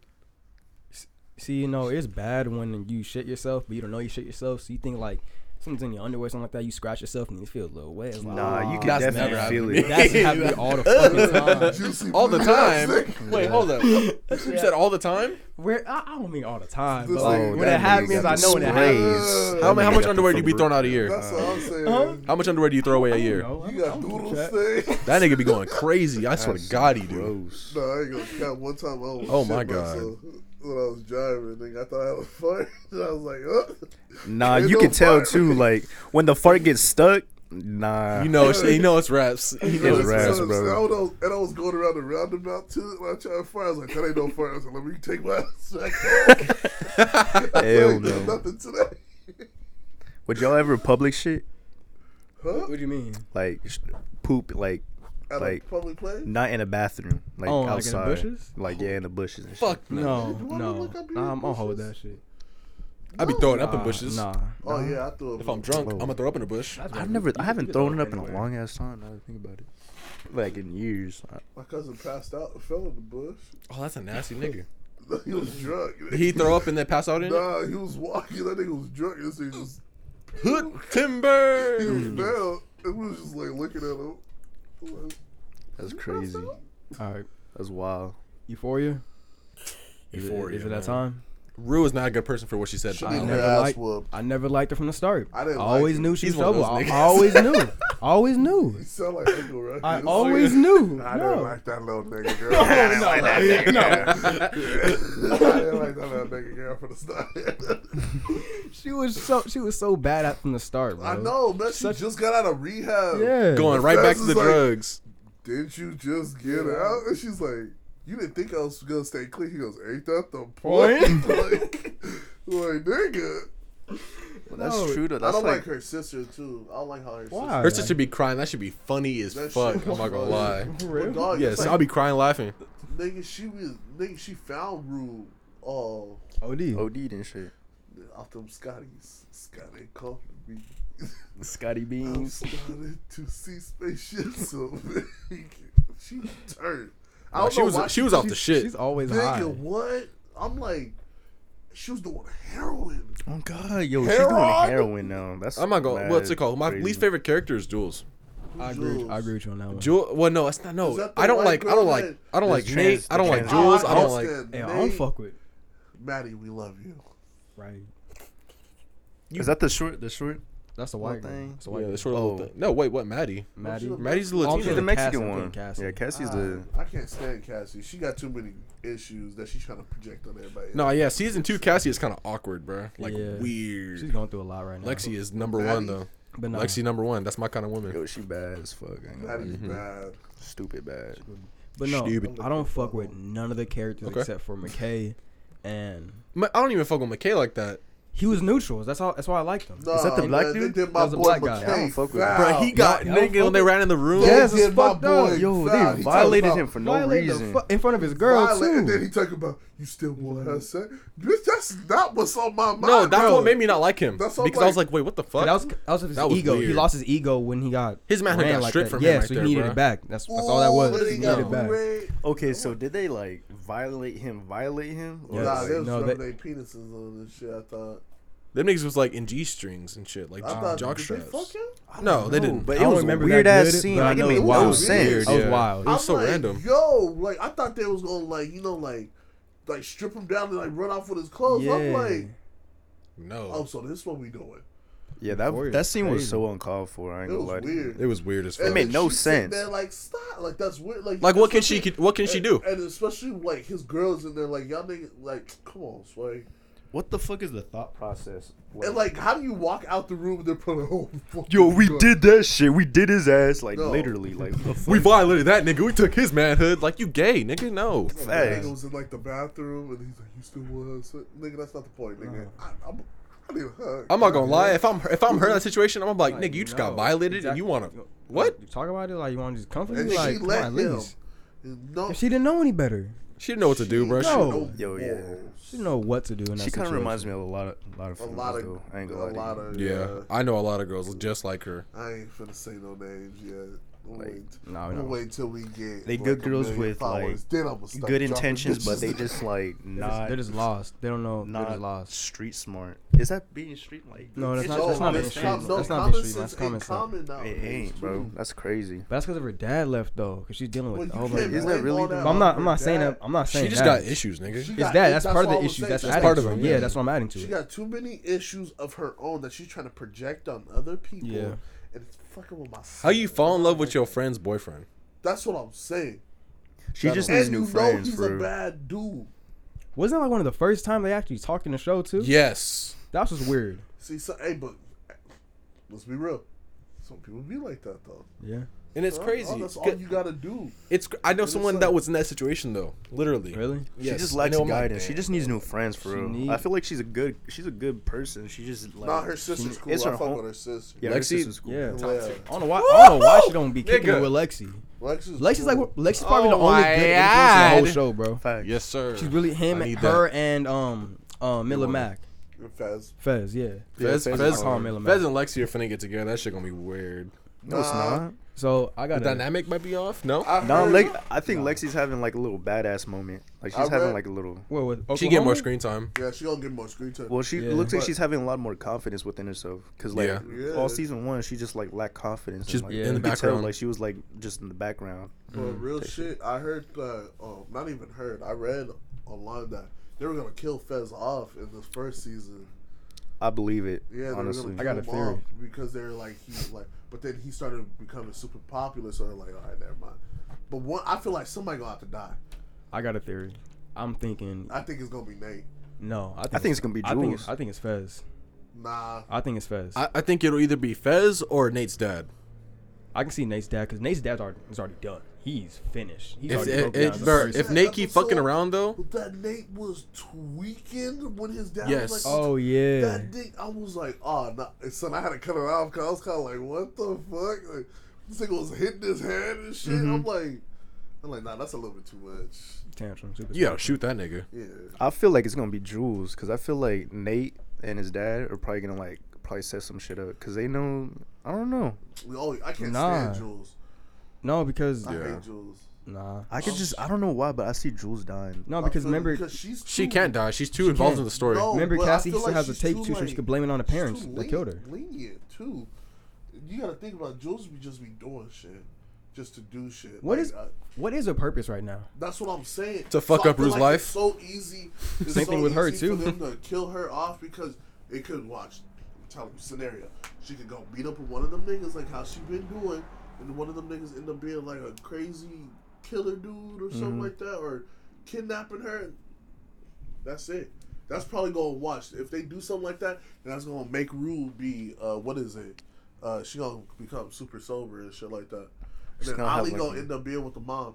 D: See, you know, it's bad when you shit yourself, but you don't know you shit yourself. So you think like something's in your underwear, something like that. You scratch yourself and you feel a little wet. It's like,
A: Nah, you
D: "Aw."
A: can
E: That's
A: definitely
E: never
A: feel
E: happened.
A: it.
D: That's happening all the fucking time.
B: Juicy
E: All the
B: blue
E: time.
B: plastic.
E: Wait, hold up. You said all the time?
D: Where I, I don't mean all the time,
B: This
D: but
B: is-
D: like
B: Oh,
D: when
B: that
D: it
A: nigga
D: happens, I
A: got the
D: know when it happens.
A: sprays.
B: How
A: That
E: How, ma- how much
A: nigga got the
E: underwear do you be
A: Fabri-
E: thrown out a year?
B: That's what I'm saying.
E: How much underwear do you throw away a
D: I
E: year?
D: don't know. I
B: You
D: don't- I
B: got
D: don't keep
B: doodle
D: track.
B: stay.
E: That nigga be going crazy. I swear to God, he do.
A: Gross.
B: No, I ain't gonna count. One time I was
E: Oh
B: shit
E: my God.
B: myself when I was driving, nigga, I thought I had a fart. And I was like, oh.
A: Nah,
B: Ain't
A: you
B: no
A: can tell
B: fart.
A: too. Like when the fart gets stuck. Nah.
E: You know, it's, you know it's raps. He
A: is
E: knows it's
A: raps,
E: raps.
B: So-
A: bro.
B: so I was- and I was going around the roundabout too, and I tried to fart. I was like, that ain't no fart. I was like, let me take my ass back home. I
A: Hell
B: ain't done
A: no.
B: nothing today.
A: Would y'all ever public shit
B: Huh?
D: What do you mean?
A: like sh- poop like
B: At
A: Like-
B: a public place?
A: not in a bathroom like
D: Oh, like in the
A: outside like,
D: bushes?
A: yeah in the bushes and shit.
E: Fuck no.
D: No,
B: You wanna
D: no.
B: look up your
D: Nah, I'm gonna hold that
B: bushes?
D: shit.
E: I be throwing up in
D: Nah,
E: bushes.
D: Nah.
B: Oh, yeah, I threw up.
E: If I'm drunk,
A: Whoa.
E: I'm gonna throw up in a bush.
A: I've never I haven't thrown it up in a long ass time. Now that I think about it, like in years. I-
B: My cousin passed out and fell in the bush.
E: Oh, that's a nasty nigga.
B: he was drunk.
E: Did he throw up and then pass out in it?
B: Nah, he was walking. That nigga was drunk. This nigga just
E: Hood
B: he was
E: timber.
B: down. And we was just like looking at him. Like,
A: That's crazy.
D: All right.
A: That's wild.
D: Euphoria. Is it-
E: Euphoria,
D: Is it that
E: man.
D: time?
E: Rue is not a good person for what she said.
B: She
E: I
B: didn't
E: don't-
B: her
D: never
B: ass
D: liked-
B: whooped.
D: I never liked her from the start.
B: I
D: I,
B: didn't
D: always
B: like her.
D: knew she
E: He's
D: was
E: one of
D: trouble. I
E: those niggas.
D: always knew. Always knew.
B: You sound like Uncle Ruckus.
D: I always knew.
B: I
D: No.
B: didn't like that little nigga girl. I didn't like that nigga girl. I didn't like that little nigga girl from the start.
D: She was so she was so bad at from the start, bro.
B: I know, man. She just got out of rehab.
D: Yeah.
E: Going right back to
B: That's
E: the
B: just like-
E: drugs.
B: Didn't you just get out? And she's like, You didn't think I was gonna stay clean. He goes, Ain't that the point?
D: Point?
B: like, like, nigga.
A: That's
D: No,
A: true though. That's
B: I don't like,
A: like,
B: her sister too. I don't like how her
D: Why?
E: Her sister should be crying. That should be funny as
B: sister.
E: fuck. I'm not gonna lie.
B: But dog,
E: Yes,
B: it's like,
E: I'll be crying laughing.
B: nigga, she was nigga. She found Rue. Oh,
D: OD.
A: OD and shit.
B: off them Scotties. Scotty called me.
A: Scotty
B: I'm
A: Beans.
B: starting to see spaceships. So big. she turned. I
E: Like,
B: don't
E: she
B: know
E: was
B: why
E: she was off the shit.
D: She's always high.
B: Nigga, what? I'm like, she was doing heroin.
A: Oh god, yo, she's
B: Heroin?
A: doing heroin now. That's
E: I'm not going.
A: mad
E: What's it called? My
A: crazy.
E: least favorite character is Jules.
D: I agree. with-
B: Jules.
D: I agree with you on that one.
E: Jewel. Well, no, that's not.
B: Is
E: No,
B: that the
E: I don't
B: white
E: like. I
B: girl
E: don't like.
B: that-
E: I don't
A: The
E: like
A: trans-
E: Nate. I don't
A: the
E: like
A: trans-
E: Jules. I don't
B: I
E: like.
B: understand,
D: Hey, I don't
B: Nate,
D: fuck with.
B: Maddie, we love you.
D: Right.
A: Is that the short? The short?
D: That's the
A: Little
D: white thing.
A: thing.
D: That's the white
E: Yeah,
D: girl.
E: the short little
A: Oh.
E: thing. No, wait, what? Maddie.
D: Maddie.
B: Don't you-
E: Maddie's the
D: Oh,
E: little
D: I'm
A: She's
D: sorry.
A: the
E: teen-
A: Mexican
D: Cassie, I'm
A: one.
D: thinking Cassie.
A: Yeah, Cassie's the.
E: Ah.
B: Ah, I can't stand Cassie. She got too many issues that she's trying to project on everybody. else.
E: No, yeah, season two Cassie is kind of awkward, bro. Like
D: Yeah. She's
E: weird.
D: going through a lot right now.
E: Lexi is number one
B: Maddie.
E: though.
D: But no.
E: Lexi Mm-hmm. number one. That's my kind of woman.
A: Yo, she bad as fuck. I ain't gonna lie.
B: Maddie's bad.
A: Stupid bad.
D: But no.
E: Stupid.
D: I don't fuck with none of the characters
E: Okay.
D: except for McKay, and
E: Ma- I don't even fuck with McKay like that.
D: he was neutrals. That's all. That's why I liked him.
B: Nah,
A: that the black
B: man,
A: dude?
B: They did my
D: That was a
B: boy
D: black guy.
B: McKay
A: I don't fuck with him.
B: foul.
E: Bro, he got
D: y'all
E: nigga when they
D: fuck-
E: ran in the room.
B: They
D: Yes, it's
B: did my
D: fucked up.
B: boy
A: Yo,
B: foul.
A: they
B: He
A: violated
B: talking
A: him
B: about
A: for no
D: Violated the
A: reason.
D: fu- in front of his girl
B: violate, And then
D: too.
B: he talking about you still want her sex, bitch. That's not what's on my mind.
E: No, that's
B: bro.
E: what made me not like him.
B: That's
E: Because
B: all
E: I was
B: like-
E: like, wait, what the fuck?
D: That was that was his
E: That was
D: ego. He
E: weird.
D: lost his ego when he got
E: His manhood
D: ran
E: got
D: like
E: stripped
D: that.
E: from him
D: yeah,
E: right
D: so
E: there,
D: he needed
E: bruh.
D: it back. That's that's all that was.
B: Ooh,
D: He
B: Oh, they
D: needed
B: got
D: it back.
B: red.
A: Okay, so did they like violate him? Violate him? Or,
D: Yes.
B: Nah,
A: like-
B: they was
D: No,
B: rubbing
D: they-
B: their penises on and shit. I thought.
E: Them niggas was like in G strings and shit, like
B: I thought.
E: jock
B: did they fuck
E: straps.
B: him?
E: No, they
A: No,
E: didn't.
A: But
D: I
A: it
D: don't
A: was a
D: remember
A: weird
D: that
A: ass
D: good,
A: scene.
D: but I
A: Like it
D: know
A: made
D: it
B: was
A: no
B: weird.
A: sense.
D: That was
E: Yeah.
D: wild.
E: It was
B: I'm
E: so
B: like,
E: random.
B: Yo, like I thought they was gonna like you know like like strip him down and like run off with his clothes. I'm
D: Yeah.
B: like, oh,
E: No,
B: so this is what we doing?
A: Yeah, that
D: Warriors
A: that scene was
D: crazy.
A: so uncalled for. I ain't
B: It
A: gonna
B: was
A: lie. to you.
B: weird.
E: it was weird as fuck.
A: made no
B: she's sitting
A: sense.
B: There, like stop, like that's weird. Like
E: Like, what can she?
B: especially-
E: What can she do?
B: And especially like his girls in there, like y'all niggas, like come on, sway.
A: What the fuck is the thought process?
B: And like, how do you walk out the room and they're putting a whole? fucking
A: yo, we
B: gun?
A: did that shit. We did his ass. Like
B: No.
A: literally, like the fuck?
E: We violated that nigga. We took his manhood. Like you gay, nigga. No.
B: And the
A: Facts.
B: nigga was in like the bathroom, and he's like, "You still want us?" Nigga, that's not the point, nigga. I, I'm, I need a hug.
E: I'm not gonna lie. If I'm if I'm her in that situation, I'm like, nigga, you just got
D: no,
E: violated and
D: exactly.
E: you wanna what?
D: You talk about it like you want to just comfort
B: And
D: me. Like,
B: she
D: come
B: let
D: on, at
B: him.
D: least.
B: No,
D: If she didn't know any better.
E: She didn't know what to do, bro. She-
D: No.
A: Yo, yeah.
D: She didn't know what to do in that
A: She kind of
D: situation.
A: reminds me of a lot of a lot of
B: A
A: females,
B: lot of,
A: though. I ain't
B: a
A: gonna lie. to
B: lot
A: you.
B: of.
E: Yeah,
B: uh,
E: I know a lot of girls just like her.
B: I ain't finna say no names yet. We'll
A: Like,
B: wait.
D: no,
B: we'll
D: no.
B: wait till we get.
A: They good
B: a
A: girls
B: million
A: with,
B: followers.
A: like,
B: Then I'ma start
A: Good
B: dropping
A: intentions, but they
B: bitches.
A: just like not
D: They're just lost. They don't know. They're
A: not
D: just lost.
A: street smart. Is that being street like?
D: No, that's
A: it's
D: not-
A: just-
D: that's not
B: it's
D: mainstream.
B: com- no,
D: That's not
B: common
D: mainstream.
B: sense
D: That's common
B: ain't
D: sense.
B: common
A: It
B: nowadays,
A: ain't, bro.
B: too.
A: That's crazy.
D: But that's because of her dad left though, because she's dealing
B: Well, you
D: with. oh
B: can't
D: my
B: blame
A: Isn't
D: God.
A: that
B: all
A: really, though?
D: But I'm not.
B: on
D: I'm
B: her
D: not saying
B: dad.
D: that. I'm not saying
E: She just
D: that.
E: got issues,
B: She
E: nigga.
D: It's
B: got-
D: that. That's, part
B: why
D: of
B: I
D: the
B: was
D: issue.
B: saying
D: That's
B: she's
E: part of
D: attitude.
E: him,
D: Yeah,
E: yeah.
D: that's what I'm adding to
B: She
D: it.
B: got too many issues of her own that she's trying to project on other people.
D: Yeah.
B: And it's fucking with my soul.
E: How you fall in love with your friend's boyfriend?
B: That's what I'm saying.
A: She just
B: and
A: needs
B: you
A: new
B: know
A: friends,
B: he's a
A: bro.
B: bad dude.
D: Wasn't that like one of the first time they actually talked in the show too?
E: Yes.
D: That was just weird.
B: See, so, hey, but let's be real. Some people be like that though.
D: Yeah.
E: And it's
B: Huh?
E: crazy.
B: Oh, that's all you gotta do.
E: It's cr- I know
B: it's
E: someone
B: like-
E: that was in that situation though, literally.
D: Really?
A: She
E: Yes,
A: just
E: I
A: lacks
E: know, I'm like,
A: guidance. she
E: damn.
A: just needs new friends for
D: She
A: real.
D: need-
A: I feel like she's a good she's a good person. She just like
B: Nah, her sister's
A: she-
B: cool.
A: It's
B: I
A: her
B: fuck
A: home.
B: with her sister.
A: Yeah,
E: Lexi?
A: her sister's cool.
D: Yeah.
B: Yeah.
D: I don't know why. I don't know why she don't be kicking
E: Nigga.
D: it with Lexi.
B: Lex is
D: Lexi's like
B: cool.
D: Lexi's probably the
E: Oh
D: only
E: my
D: good influence in the whole
E: God.
D: show, bro.
A: Facts.
E: Yes, sir.
D: She's really him,
E: I need
D: her, and um, um, Miller Mack,
B: You're fast.
D: Fez. Yeah.
E: Fez,
A: Yeah,
E: Fez,
A: Fez
E: Fez,
A: is
D: Call
A: hard.
D: him Miller
E: Fez
D: Mack.
E: and Lexi are finna get together. That shit gonna be weird.
A: No, it's
B: Nah.
A: not.
D: So I
E: The
D: got a
E: dynamic might be off. No,
B: I
A: No,
B: heard-
A: Lex, I think Lexi's having like a little badass moment. Like she's
B: I
A: having
B: read-
A: like a little.
D: Well, with
E: she get more
D: Oklahoma?
E: screen time.
B: Yeah, she gonna get more screen time.
A: Well, she
D: Yeah.
A: it looks like
B: But-
A: she's having a lot more confidence within herself. Cause like
E: Yeah.
B: Yeah.
A: all season one, she just like lacked confidence.
E: She's
A: and, like,
E: in
A: you
E: the
A: could tell,
E: background.
A: like she was like just in the background.
D: Mm.
B: But real shit, I heard that um, not even heard. I read online that they were gonna kill Fez off in the first season.
A: I believe it.
B: Yeah, they
A: honestly.
B: were
D: I
B: gonna
D: got
B: kill
D: a
B: him
D: theory.
B: off because they're like he was like, but then he started becoming super popular, so they're like, all right, never mind. But one, I feel like somebody gonna have to die.
D: I got a theory. I'm thinking
B: I think it's gonna be Nate.
D: no. I think,
A: think it's gonna be
D: I think it's,
A: Jules.
D: I think it's Fez.
B: Nah,
D: I think it's Fez. I,
E: I, I think it'll either be Fez or Nate's dad.
D: can see Nate's dad because Nate's dad is already done. He's finished. He's
E: If,
D: already
E: it,
D: broke down
E: it,
D: as a
E: bro,
D: person.
E: if Nate keep fucking around though,
B: but that Nate was tweaking when his dad
E: Yes.
B: was like,
D: oh yeah,
B: That dick, I was like, oh, no. And son, I had to cut it off because I was kind of like, what the fuck? Like, this thing was hitting his head and shit.
D: Mm-hmm.
B: I'm like, I'm like, nah, that's a little bit too much.
D: tantrum. Super
E: you gotta shoot that nigga.
B: Yeah.
A: I feel like it's gonna be Jules because I feel like Nate and his dad are probably gonna like probably set some shit up because they know. I don't know.
B: We always, I can't
D: Nah.
B: stand Jules.
D: No, because
B: I
E: Yeah.
B: hate Jules. Oh.
D: nah,
A: I could just I don't know why, but I see Jules dying.
D: no,
B: I
D: because
B: feel-
D: remember,
B: she's
E: She
B: too-
E: can't die. She's too involved
D: can't.
E: in the story.
B: No,
D: remember
B: but I
D: Cassie
B: feel
D: still
B: like
D: has a
B: she's
D: take
B: too,
D: too, so she
B: like-
D: could blame it on the
B: she's
D: parents
B: too
D: that killed her.
B: len- Lenient, too. You gotta think about Jules be just be doing shit. Just to do shit.
D: What
B: Like,
D: is-
B: I-
D: What is her purpose right now?
B: That's what I'm saying.
E: To fuck
B: I
E: up
B: feel
E: Rue's
B: like
E: life?
B: It's so easy. It's
D: Same
B: so
D: thing with her,
B: easy
D: too.
B: For them to kill her off because it could watch. I'm telling you, scenario. She could go beat up one of them niggas like how she been doing, and one of them niggas end up being like a crazy killer dude or
D: Mm-hmm.
B: something like that, or kidnapping her. That's it. That's probably gonna watch. If they do something like that, then that's gonna make Rue be uh, what is it? Uh, she gonna become super sober and shit like that. And
A: She's
B: then
A: gonna have,
B: Ali
A: like,
B: gonna
A: a-
B: end up being with the mom.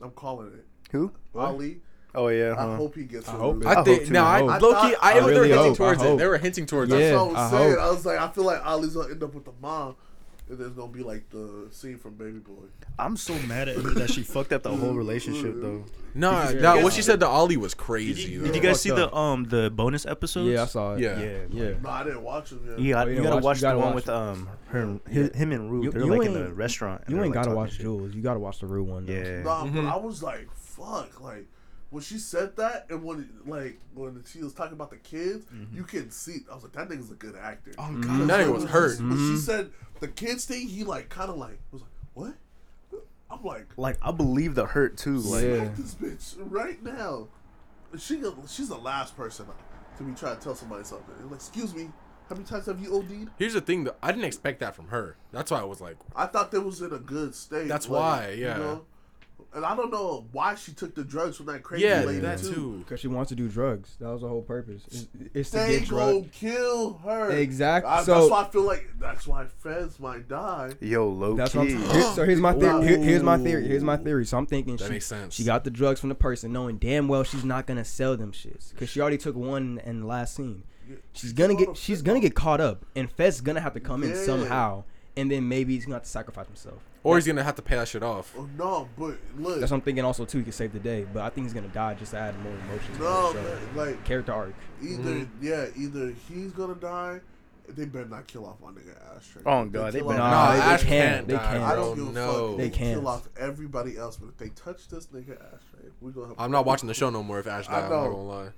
B: I'm calling it.
A: Who?
B: Ali.
A: Oh yeah.
B: I
A: Huh.
B: hope he gets.
D: hope
B: removed.
D: it-
E: I
A: I
E: think
A: hope too.
E: now I,
A: I
E: low key
B: thought-
E: I,
B: I
E: know
D: really
E: they're hinting
D: hope. I
E: towards it.
D: hope.
E: They were hinting towards
D: Yeah.
E: it.
B: That's what I
D: I
B: was saying.
D: hope.
B: I was like, I feel like Ali's gonna end up with the mom, and there's gonna be like the scene from Baby Boy.
A: I'm so mad at her that she fucked up the whole relationship though.
E: Nah,
D: Yeah.
E: nah, what she said to Ollie was crazy.
G: Did
E: though.
G: you guys
D: Fucked
G: see
D: up.
G: the um the bonus episodes?
D: Yeah, I saw it.
E: Yeah.
A: Yeah.
D: yeah.
B: No, I didn't watch him yet.
A: You, got,
D: Oh, you
A: you
D: didn't
A: gotta
D: watch-
A: watch,
D: you
A: the
D: gotta
A: one
D: watch
A: with
D: it.
A: um her, hi- him and Rue.
D: You-
A: They're
D: you
A: like in a
D: ain't-
A: restaurant. and
D: You
A: they're,
D: ain't
A: like,
D: gotta
A: talking
D: watch
A: shit.
D: Jules. You gotta watch the real one. Though.
A: Yeah.
B: Nah, but
E: Mm-hmm.
B: I was like, fuck, like. When she said that, and when like when she was talking about the kids, you can see. I was like, that nigga's a good actor. Oh
E: Mm-hmm. God. That nigga was hurt.
B: When she said the kids thing, he like kind of like was like, what? I'm like,
A: Like I believe the hurt too. Like
D: Yeah.
B: Smack this bitch right now. She go- she's the last person to be trying to tell somebody something. They're Like, excuse me, how many times have you OD'd?
E: Here's the thing though, I didn't expect that from her. That's why I was like,
B: I thought they was in a good state.
E: That's
B: like,
E: why, yeah.
B: And I don't know why she took the drugs from that crazy
E: yeah,
B: lady
E: that
B: too.
E: too.
D: Because she wants to do drugs. That was the whole purpose. It's, it's to
B: They
D: get
B: go
D: drugs.
B: kill her.
D: Exactly.
B: I,
D: So-
B: that's why I feel like that's why Fez might die.
A: yo, low
D: That's what
A: key.
D: I'm here- So here's my
B: Wow.
D: theory. Here, here's my theory. Here's my theory. So I'm thinking
E: That
D: she,
E: makes sense.
D: she got the drugs from the person, knowing damn well she's not gonna sell them shits because she already took one in the last scene. She's gonna
B: caught
D: get
B: up.
D: she's gonna get caught up, and Fez's gonna have to come in
B: Yeah.
D: somehow, and then maybe he's gonna have to sacrifice himself.
E: Or he's gonna have to pay that shit off.
B: Oh no, but look,
D: That's what I'm thinking. Also, too, he could save the day, but I think he's gonna die just to add more emotions.
B: no,
D: to the show.
B: man, like
D: character arc.
B: Either
E: Mm-hmm.
B: yeah, either he's gonna die. They better not kill off my nigga Ashtray.
A: Oh,
B: If
A: God, they
B: kill
A: better
B: off-
D: Nah,
E: Nah,
D: they- they
E: Ash
D: can't.
E: can't.
D: They
E: die,
D: can't.
B: I
E: bro.
B: don't give a
E: no.
B: fuck. if
D: They can't.
B: kill off everybody else, but if they touch this nigga Ashtray, we gonna. Have
E: I'm not watching the show no more if Ash
B: I
E: died. I'm not
B: know.
E: gonna lie.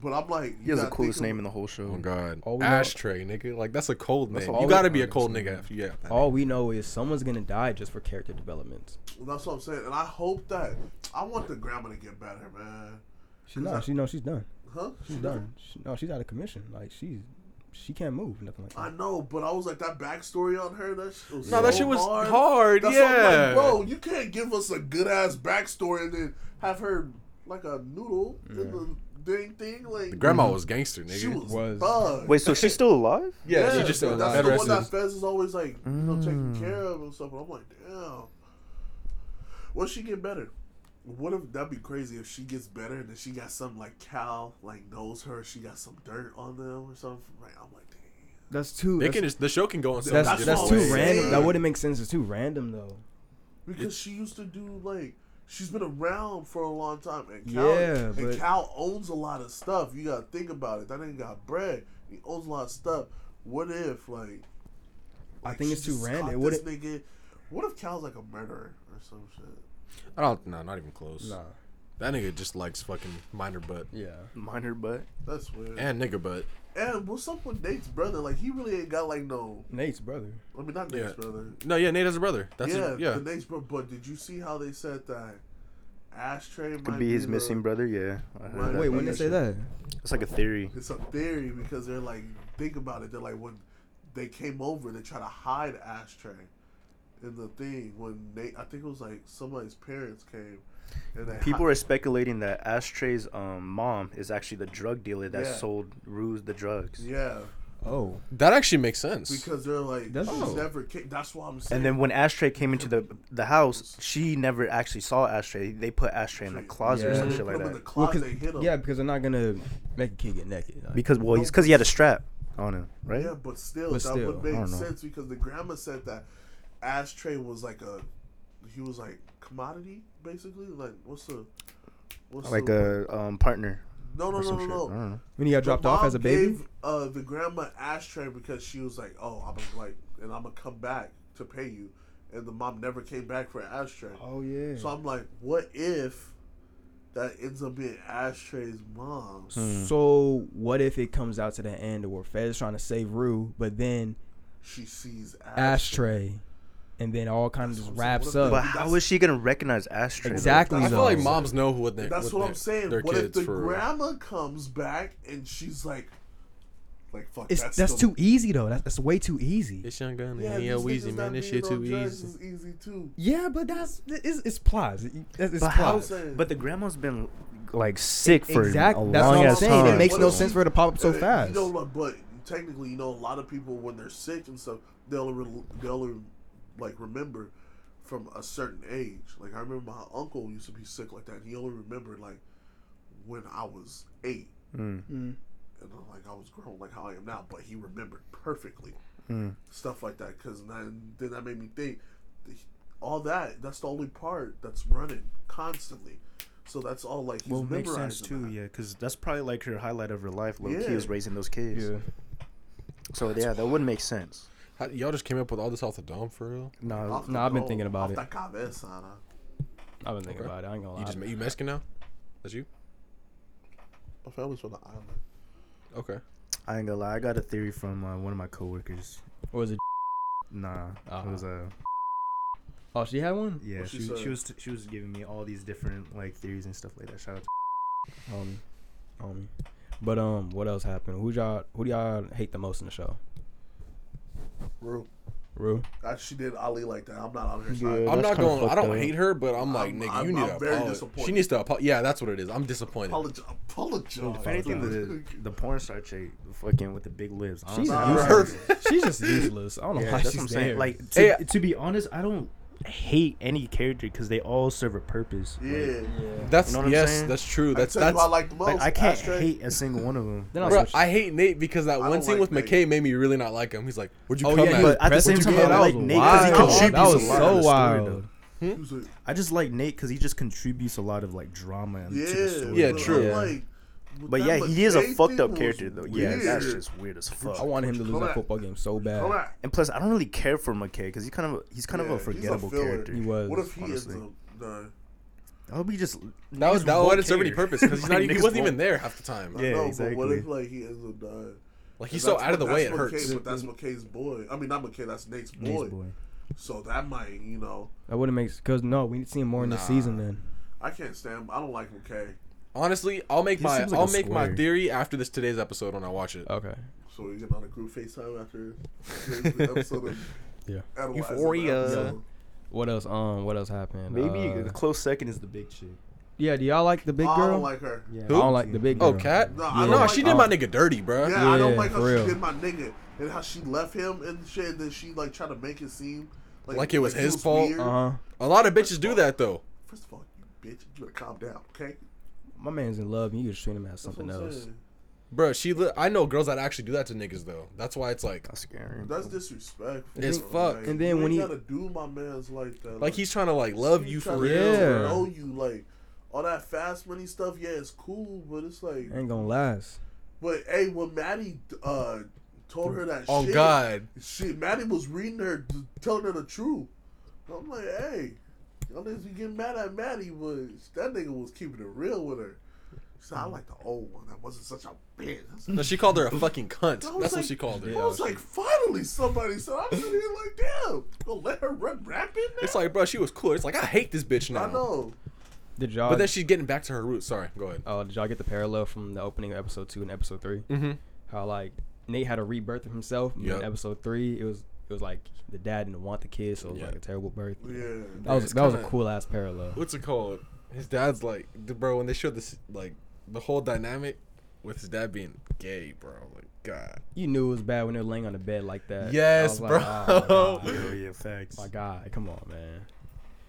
B: But I'm like,
A: He has the coolest name in the whole show.
E: Oh god,
D: All we know-
E: ashtray, nigga. Like that's a cold name.
D: all
E: You
D: we-
E: gotta be a cold nigga. After, yeah.
D: All we know is someone's gonna die just for character development.
B: That's what I'm saying, and I hope that I want the grandma to get better, man.
D: She's not. She no. She's done.
B: Huh?
D: She's done. She, no, she's out of commission. Like she's she can't move. Nothing like
B: I
D: that.
B: know, but I was like that backstory on her. That shit was
E: No,
B: so
E: that shit was hard.
B: That's why
E: yeah.
B: I'm like, bro, you can't give us a good ass backstory and then have her like a noodle in the dang thing. Like
E: The grandma was gangster, nigga.
B: she was,
D: was.
B: thug.
A: Wait, so she's still alive?
E: yeah, she just
B: but
E: said
B: that's
E: that.
B: the one that
E: That's
B: Fez is always like, you know, taking care of and stuff. And I'm like, damn. What she get better? What if that'd be crazy if she gets better and then she got something like Cal like knows her, she got some dirt on them or something. Like I'm like, damn.
D: That's too.
E: they
D: That's,
E: can just, the show can go on. so
D: that's,
E: many
D: that's,
E: different
D: too
E: ways.
D: random.
B: Yeah.
D: That wouldn't make sense. It's too random though.
B: Because she used to do like she's been around for a long time and Cal
D: Yeah, but-
B: and Cal owns a lot of stuff. You gotta think about it. That nigga got bread. He owns a lot of stuff. What if like
D: I think it's too random. It
B: What
D: wouldn't.
B: nigga? What if Cal's like a murderer or some shit?
E: I don't. No, not even close.
D: Nah.
E: That nigga just likes fucking minor butt
D: Yeah.
A: Minor butt.
B: That's weird. And,
E: and nigga butt.
B: what's up with Nate's brother? Like he really ain't got like no.
D: Nate's brother.
B: I mean, not Nate's
E: Yeah.
B: brother.
E: No, yeah, Nate has a brother. That's
B: yeah,
E: yeah, yeah.
B: the Nate's brother. But did you see how they said that ashtray
A: Could
B: might
A: be his
B: the-
A: missing brother. Yeah, I
B: Right.
A: heard that
D: Wait,
A: about
D: when they
A: that
D: say
A: shit.
D: that?
A: it's like a theory.
B: It's a theory because they're like, think about it. They're like when they came over, they try to hide ashtray in the thing when they. I think it was like somebody's parents came, and they
A: People
B: hi-
A: are speculating that Ashtray's um, mom is actually the drug dealer that
B: Yeah.
A: sold Ruse the drugs.
B: yeah
D: Oh,
E: That actually makes sense.
B: because they're like
D: That's-
B: she's
D: Oh.
B: never came. That's what I'm saying.
A: And then when Ashtray came into the the house, she never actually saw Ashtray. They put Ashtray in the closet or
D: Yeah.
A: some
B: They
A: shit
B: put
A: like
B: him in the
D: Well,
A: that.
B: closet,
D: 'cause-
B: they hit him.
D: yeah, because they're not gonna make a kid get naked. Like,
A: Because well, he's because he had a strap on him, right?
B: Yeah, but still,
D: But
B: that
D: still,
B: would
A: I
B: make
A: don't know.
B: sense because the grandma said that ashtray was like a, he was like commodity basically. Like what's the, what's
A: Like
B: the,
A: a um, partner
B: no no
A: or
B: no
A: some
B: no
A: shit. I
B: no.
A: don't know.
D: when he got
B: The
D: dropped off
B: mom
D: as a baby.
B: Gave, uh, the grandma ashtray because she was like, oh, I'm gonna, like, and I'm gonna come back to pay you, and the mom never came back for ashtray.
D: Oh yeah.
B: So I'm like, what if that ends up being ashtray's mom?
D: So what if it comes out to the end where Fez trying to save Rue, but then
B: She sees ashtray.
D: Ashtray, and then all kind of just
B: That's what I'm
D: wraps
B: saying.
D: up.
B: But
A: But how is she gonna recognize Ashtray? though?
D: Exactly.
E: I feel
D: though.
E: like moms know who what they.
B: That's what I'm saying.
E: Their
B: What
E: kids
B: if the
E: for.
B: grandma comes back and she's like, like fuck,
D: it's that's,
B: that's, the-
D: too easy though. That's, that's way too easy.
E: It's young gun.
B: Yeah,
E: Yeah,
B: these
E: yeah,
B: niggas
E: Weezy
B: that
E: man. This
B: be
E: shit
B: no
E: too
B: drugs
E: easy.
B: Is easy too.
D: Yeah, but that's it's, it's plies. It- It's, it's
A: But how?
D: plies.
B: Plies.
A: But the grandma's been like sick for
D: exactly.
A: a
D: That's
A: long
D: what I'm
A: ass
D: saying.
A: time.
D: It makes
B: What
D: no
B: if
D: sense
B: she-
D: for her to pop up so
B: Uh,
D: fast.
B: You know, like, but technically, you know, a lot of people when they're sick and stuff, they only re- they only like remember from a certain age. Like I remember my uncle used to be sick like that. He only remembered like when I was eight,
A: Mm.
B: and I'm like I was grown like how I am now, but he remembered perfectly
D: Hmm.
A: Mm.
B: stuff like that. Because then then that made me think that he- all that. That's the only part that's running constantly. So that's all like he's
A: Well, it makes
B: memorizing.
A: sense too,
B: that.
A: yeah, because that's probably like her highlight of her life. Low key
B: Yeah.
A: is raising those kids.
D: yeah.
A: So yeah, that would make sense.
E: How, y'all just came up with all this off the dome for real?
A: No,
B: Off
D: No,
B: the
D: I've been
B: dome,
D: thinking about
B: off
D: it.
B: the cabeza, nah.
D: I've been thinking about it. I ain't gonna lie.
E: You just you Mexican now? That's you?
B: My family's from the island.
E: Okay.
A: I ain't gonna lie. I got a theory from uh, one of my coworkers.
D: or is it?
A: Nah,
D: Uh-huh.
A: it was uh,
D: Oh, she had one.
A: yeah.
B: What she
A: She, she,
B: said?
A: was she was giving me all these different like theories and stuff like that. Shout out. To
D: Homie, homie. But um, what else happened? Who y'all? Who do y'all hate the most in the show?
B: Real.
D: Rue.
B: I, she did Ali like that. I'm not on her
A: Yeah,
B: side.
E: I'm
A: that's
E: not
A: kinda
E: going. I
A: fucked
E: don't
A: up.
E: hate her, but I'm like,
B: I'm-
E: nigga,
B: I'm-
E: you need
B: I'm
E: to
B: very
E: apologize. She
B: disappointed.
E: needs to apologize. Yeah, that's what it is. I'm disappointed.
B: Apologize. apologize.
A: if anything, the the porn star chick, fucking with the big lips.
D: She's
A: Honestly,
B: Nah,
D: useless. she's just useless. I don't know
A: yeah,
D: why
A: that's
D: she's
A: what I'm
D: there.
A: saying. Like to,
E: Hey, I-
A: to be honest, I don't hate any character because they all serve a purpose. Like,
B: yeah.
E: That's
A: You know what I'm
E: yes,
A: saying?
E: that's true.
B: That's,
E: That's
B: that's
E: that's.
B: what I like the most.
A: Like I can't
B: Ashtray.
A: hate a single one of them.
D: Then I'll
E: Bro,
D: switch-
E: I hate Nate because that
B: I
E: one
B: don't
E: scene
B: like
E: with
B: Nate.
E: McKay made me really not like him. He's like, "W'd you
D: Oh
E: come
D: yeah,
E: at?"
D: he was
A: But at the same
D: pressing
A: time,
D: too
A: I
D: hard.
A: like Nate 'cause he
D: That was wild.
A: contributes
D: That was
A: a lot
D: so
A: to the story,
D: wild.
A: though.
B: He was like,
A: I just like Nate because he just contributes a lot of like drama and to the
B: yeah.
A: story.
E: Yeah,
B: but I'm
E: true.
B: Like, with
A: But
B: that
A: yeah, he is a
B: McKay
A: fucked
B: thing
A: up
B: was
A: character though. Yeah, that's
B: weird.
A: just weird as
D: I
A: fuck.
D: wanted him to lose
B: Come
D: that
B: on.
D: football game so
B: All
D: bad.
B: right.
A: And plus, I don't really care for McKay because he kind of he's kind
B: Yeah,
A: of a
B: he's a
A: forgettable
B: filler.
A: character.
D: He was.
B: What if he
A: honestly.
B: is a no?
A: I hope he just
E: That was
A: niggas
E: that
A: won't
E: one. It's already
A: care.
E: purpose because he's
A: Like,
E: not. even- He
A: niggas
E: wasn't even
A: won't-
E: there half the time.
A: Yeah,
B: no, But what
A: exactly.
B: if like he ends up dying?
E: Like he's so
B: That's-
E: out of the
B: that's
E: way, it
B: McKay,
E: hurts.
B: But that's McKay's boy. I mean, not McKay. That's Nate's boy.
A: Nate's boy.
B: So that might, you know,
D: That wouldn't make because no, we need to see him more in this
E: Nah.
D: season. Then
B: I can't stand. I don't like McKay.
E: Honestly, I'll make
A: He
E: my
A: seems like
E: I'll
A: a
E: make my
A: square.
E: theory after this today's episode when I watch it.
D: okay,
B: So we're getting on a group FaceTime after the episode of
D: Yeah.
B: Analyzing the
A: Euphoria.
B: episode.
D: what else? Um, what else happened?
A: Maybe
D: Uh,
A: the close second is the big chick.
D: yeah. Do y'all like the big
B: Oh, I
D: girl?
B: don't like her.
A: Yeah,
D: I don't like the big girl.
E: Oh, cat?
B: No,
E: No,
B: I
D: don't like-
E: she did my nigga dirty, bro.
B: Yeah, I don't
D: Yeah,
B: like how
D: for
B: she
D: real.
B: did my nigga and how she left him and shit. And then she like tried to make it seem like,
E: Like it was
B: he
E: his fault?
B: weird.
A: Uh-huh.
D: Uh huh.
E: A lot of bitches do that though.
B: First of all, you bitch, you better calm down, okay?
D: My man's in love, and you just treat him as
B: That's
D: something
B: what I'm
D: else.
B: saying.
E: Bro, she li- I know girls that actually do that to niggas though. That's why it's like
A: that's scary.
B: That's disrespectful.
E: It's
B: bro.
E: fucked.
B: Like,
D: And then
B: you
D: when
B: ain't
D: he-
B: gotta do my man's like that.
E: like he's trying to like love you for
B: tryna
E: real.
B: get
D: Yeah.
B: to Know you like all that fast money stuff. Yeah, it's cool, but it's like,
D: Ain't gonna last.
B: but hey, when Maddie uh told her that
E: Oh
B: shit,
E: god.
B: Shit, Maddie was reading her, t- telling her the truth. I'm like, hey, y'all niggas be getting mad at Maddie, but that nigga was keeping it real with her. She said, I like the old one. That wasn't such a bitch. I said-
E: No, she called her a fucking cunt.
B: I
E: That's
B: was
E: what
B: like-
E: she called her.
B: I was like, finally somebody said, I'm sitting here like, damn, gonna let her run rapid?
E: It's like, bro, she was cool. It's like I hate this bitch now.
B: I know.
D: Did y'all?
E: But then she's getting back to her roots. Sorry, go ahead.
D: oh, did y'all get the parallel from the opening of episode two and episode three?
E: Mm-hmm.
D: How like Nate had a rebirth of himself. but In
E: Yep.
D: episode three, it was it was like the dad didn't want the kid, so it was
E: Yeah.
D: like a terrible birth.
B: Yeah.
D: That was
E: It's
D: that was a
E: kinda-
D: cool ass parallel.
E: What's it called? His dad's like, the- bro. When they showed this, like, the whole dynamic with his dad being gay, bro. Like, God.
D: You knew it was bad when they were laying on the bed like that. I
E: Yes,
D: was like,
E: bro.
D: "Oh, my God."
G: Oh yeah, facts.
D: my God, come on, man.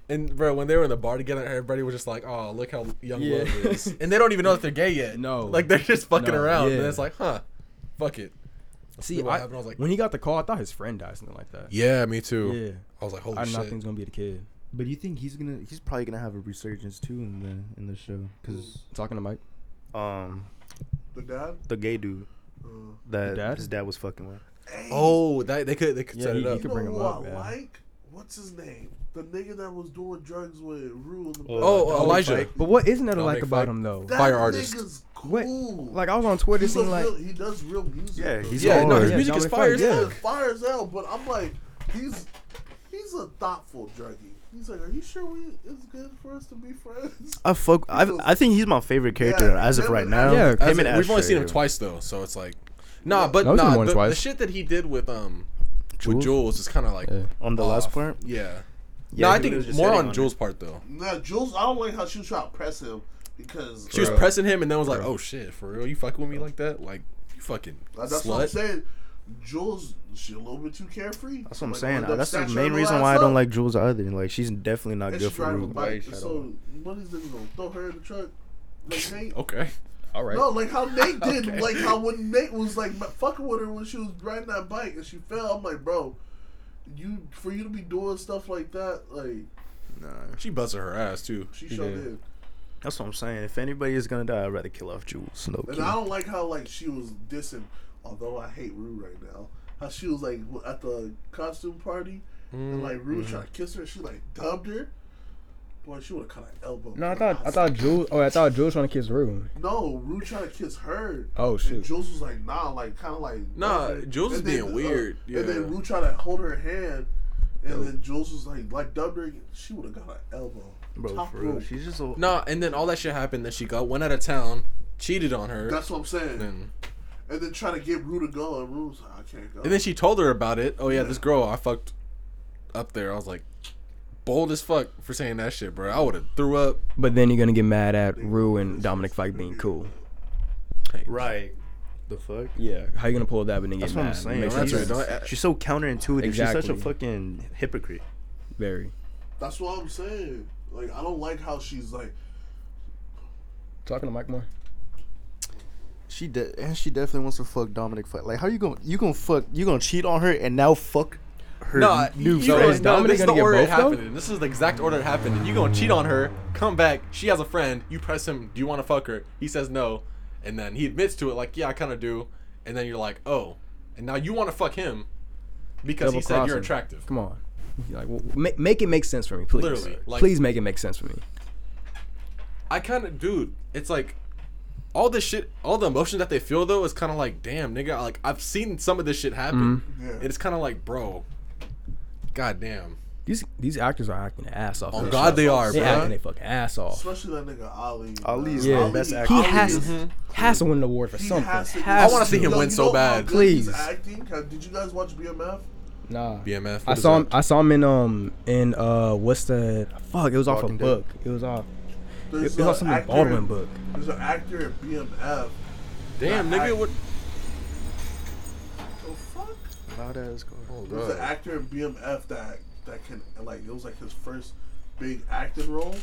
E: And bro, when they were in the bar together, everybody was just like, "Oh, look how young
D: Yeah.
E: love is," and they don't even know if they're gay yet.
D: No.
E: like they're just fucking
D: No,
E: around, and
D: yeah.
E: it's like, "Huh, fuck it."
D: See,
E: what
D: I,
E: happened, I was like-
D: when he got the call, I thought his friend died, something like that.
E: Yeah, me too.
D: Yeah,
E: I was like, "Holy
D: I did
E: shit!"
D: not think it was gonna be the kid.
H: But you think he's gonna? He's probably gonna have a resurgence too in the in the show. Cause
D: Talking to Mike.
A: Um,
B: The dad?
A: the gay dude
B: Uh,
A: that
D: The dad?
A: his dad was fucking with.
B: hey,
E: oh, that they could they could
D: Yeah,
E: set
D: he-
E: it
D: he
E: up.
B: you
D: could
B: know
D: bring him
B: who
D: up,
B: Oh, I
D: yeah.
B: like? What's his name? The nigga that was doing drugs with Rue in the back.
E: oh,
D: Don't
E: Elijah.
D: fight. But what isn't it
E: Don't
D: like
E: make
D: about
E: fight.
D: him though?
B: that
E: fire artist.
B: nigga's cool.
D: What? Like I was on Twitter
B: he's a
D: seeing like
B: real, he does real music.
A: Yeah,
B: though.
A: he's
E: yeah, no,
A: hard.
E: his
A: Yeah,
E: music is
D: Dominic
E: fire as
D: Fike, yeah.
E: hell.
B: yeah, fire as hell. But I'm like, he's he's a thoughtful druggie. He's like, are you sure we it's good for us to be friends?
A: I fuck. I, I think he's my favorite character
B: Yeah,
A: as of
B: him
A: right
B: and
A: now.
D: Asher. Yeah,
E: As
A: him and
E: in- we've only seen him
A: Asher.
E: twice though, so it's like, nah. But
D: No, we've seen him
E: nah,
D: only
E: the, the
D: twice.
E: shit that he did with um with
D: Jules?
E: Jules is kind of like
D: Yeah.
A: on the
E: off.
A: last part.
E: Yeah.
A: Yeah,
E: no, I
A: he
E: think
A: was just
E: more
A: hitting
E: on,
A: on
E: Jules' part though.
B: now Jules, I don't like how she was trying to press him because
E: She was pressing him, and then was like, "Oh shit, for real? You fucking with me like that? Like you fucking
B: Like, that's what I'm
E: slut?"
B: saying. Jules, she a little bit too carefree.
A: That's what I'm
B: Like,
A: saying.
B: all that
A: That's the
B: stature
A: main
B: and all
A: reason
B: that
A: why I
B: stuff.
A: don't like Jules either. Like she's definitely not
B: And
A: good
B: she
A: for
B: driving a
A: Rue.
B: bike. So what is this gonna throw her in the truck? Like Nate?
E: Okay.
D: all right.
B: No, like how Nate did. Like how when Nate was like ma- fucking with her when she was riding that bike and she fell. I'm like, bro, you for you to be doing stuff like that, like
E: She busted her ass too.
B: she sure did.
A: That's what I'm saying. If anybody is gonna die, I'd rather kill off Jules. No
B: And I don't like how like she was dissing. Although I hate Rue right now, how she was like w- at the costume party and like Rue was trying to kiss her, she like dubbed her. Boy, she would have caught an elbow.
D: No, I thought I thought Jules. Oh, I thought Jules trying to kiss Rue.
B: No, Rue trying to kiss her.
D: Oh
B: And
D: shoot.
B: Jules was like, nah, like kind of like
E: Nah,
B: okay.
E: Jules
B: And
E: is
B: then, uh,
E: being weird,
B: And
E: yeah.
B: then Rue tried to hold her hand, and then Jules was like, like dubbed her. She would have got an elbow.
A: bro,
B: Top
A: for real.
B: rope.
A: She's just a
E: Nah, and then all that shit happened. Then she got went out of town, cheated on her,
B: That's what I'm saying.
E: and,
B: and then trying to get Rue to go, and Rue's like, I can't go.
E: and then she told her about it. Oh yeah, this girl I fucked up there. I was like, bold as fuck for saying that shit, bro. I would have threw up.
D: But then you're gonna get mad at Rue and Dominic Fike being cool.
A: right. The fuck.
D: Yeah. How you gonna pull that and then
A: That's
D: get
A: what I'm
D: mad?
A: saying.
D: Makes
E: Don't
A: She's,
E: answer it,
D: sense.
E: don't- uh,
A: she's so counterintuitive. She's such
D: Exactly.
A: a fucking hypocrite.
D: Very.
B: That's what I'm saying. Like I don't like how she's like.
D: Talking to Mike more.
A: She de- and she definitely wants to fuck Dominic. Fuck. Like, how you gonna you gonna fuck you gonna cheat on her and now fuck her
E: Nah,
A: new
E: you
D: friend.
E: guys-
A: friend?
D: Is Dominic
E: this is the
D: gonna get
E: order it
D: both, though?
E: happened. in. This is the exact order it happened. in. You gonna cheat on her? Come back. She has a friend. You press him. Do you want to fuck her? He says no, and then he admits to it. Like, yeah, I kind of do. And then you're like, oh, and now you want to fuck him because he said
D: Double-cross
E: you're
D: him.
E: attractive.
D: Come on. You're like, well, make, make it make sense for me, please.
E: Literally, like-
D: please make it make sense for me.
E: I kind of, dude. It's like all this shit, all the emotion that they feel though is kind of like, damn, nigga. Like I've seen some of this shit happen.
D: Mm-hmm.
B: Yeah.
E: And it's kind of like, bro, goddamn.
D: These these actors are acting their ass off.
E: Oh
D: in this
E: God,
D: show.
E: they are,
D: they acting
E: bro.
D: their fucking ass off.
B: Especially that nigga Ali.
A: Ali's
B: man.
D: the
B: Ali-
A: best actor.
D: He
B: Ali
D: has
B: is-
D: has to win an award for
B: he
D: something.
B: has to-
D: Has
E: Mm-hmm. I wanna see
D: to.
E: him
B: Yo,
E: win
B: you
E: so
B: know how
E: bad.
B: good he's
D: Please.
B: acting? Have- Did you guys watch BMF?
D: Nah.
E: BMF.
D: I
E: what is
D: saw him.
E: that?
D: I saw him in um in uh what's the fuck? It was off a
A: Walking Dead.
D: book. It was off. It,
B: There's
D: it was off
B: a
D: some
B: actor-
D: Baldwin book.
B: There's an actor in BMF.
E: Damn,
B: I-
E: nigga. What?
B: The fuck?
A: Loud ass car.
E: Oh,
B: There's an actor in BMF that that can like it was like his first big acting role.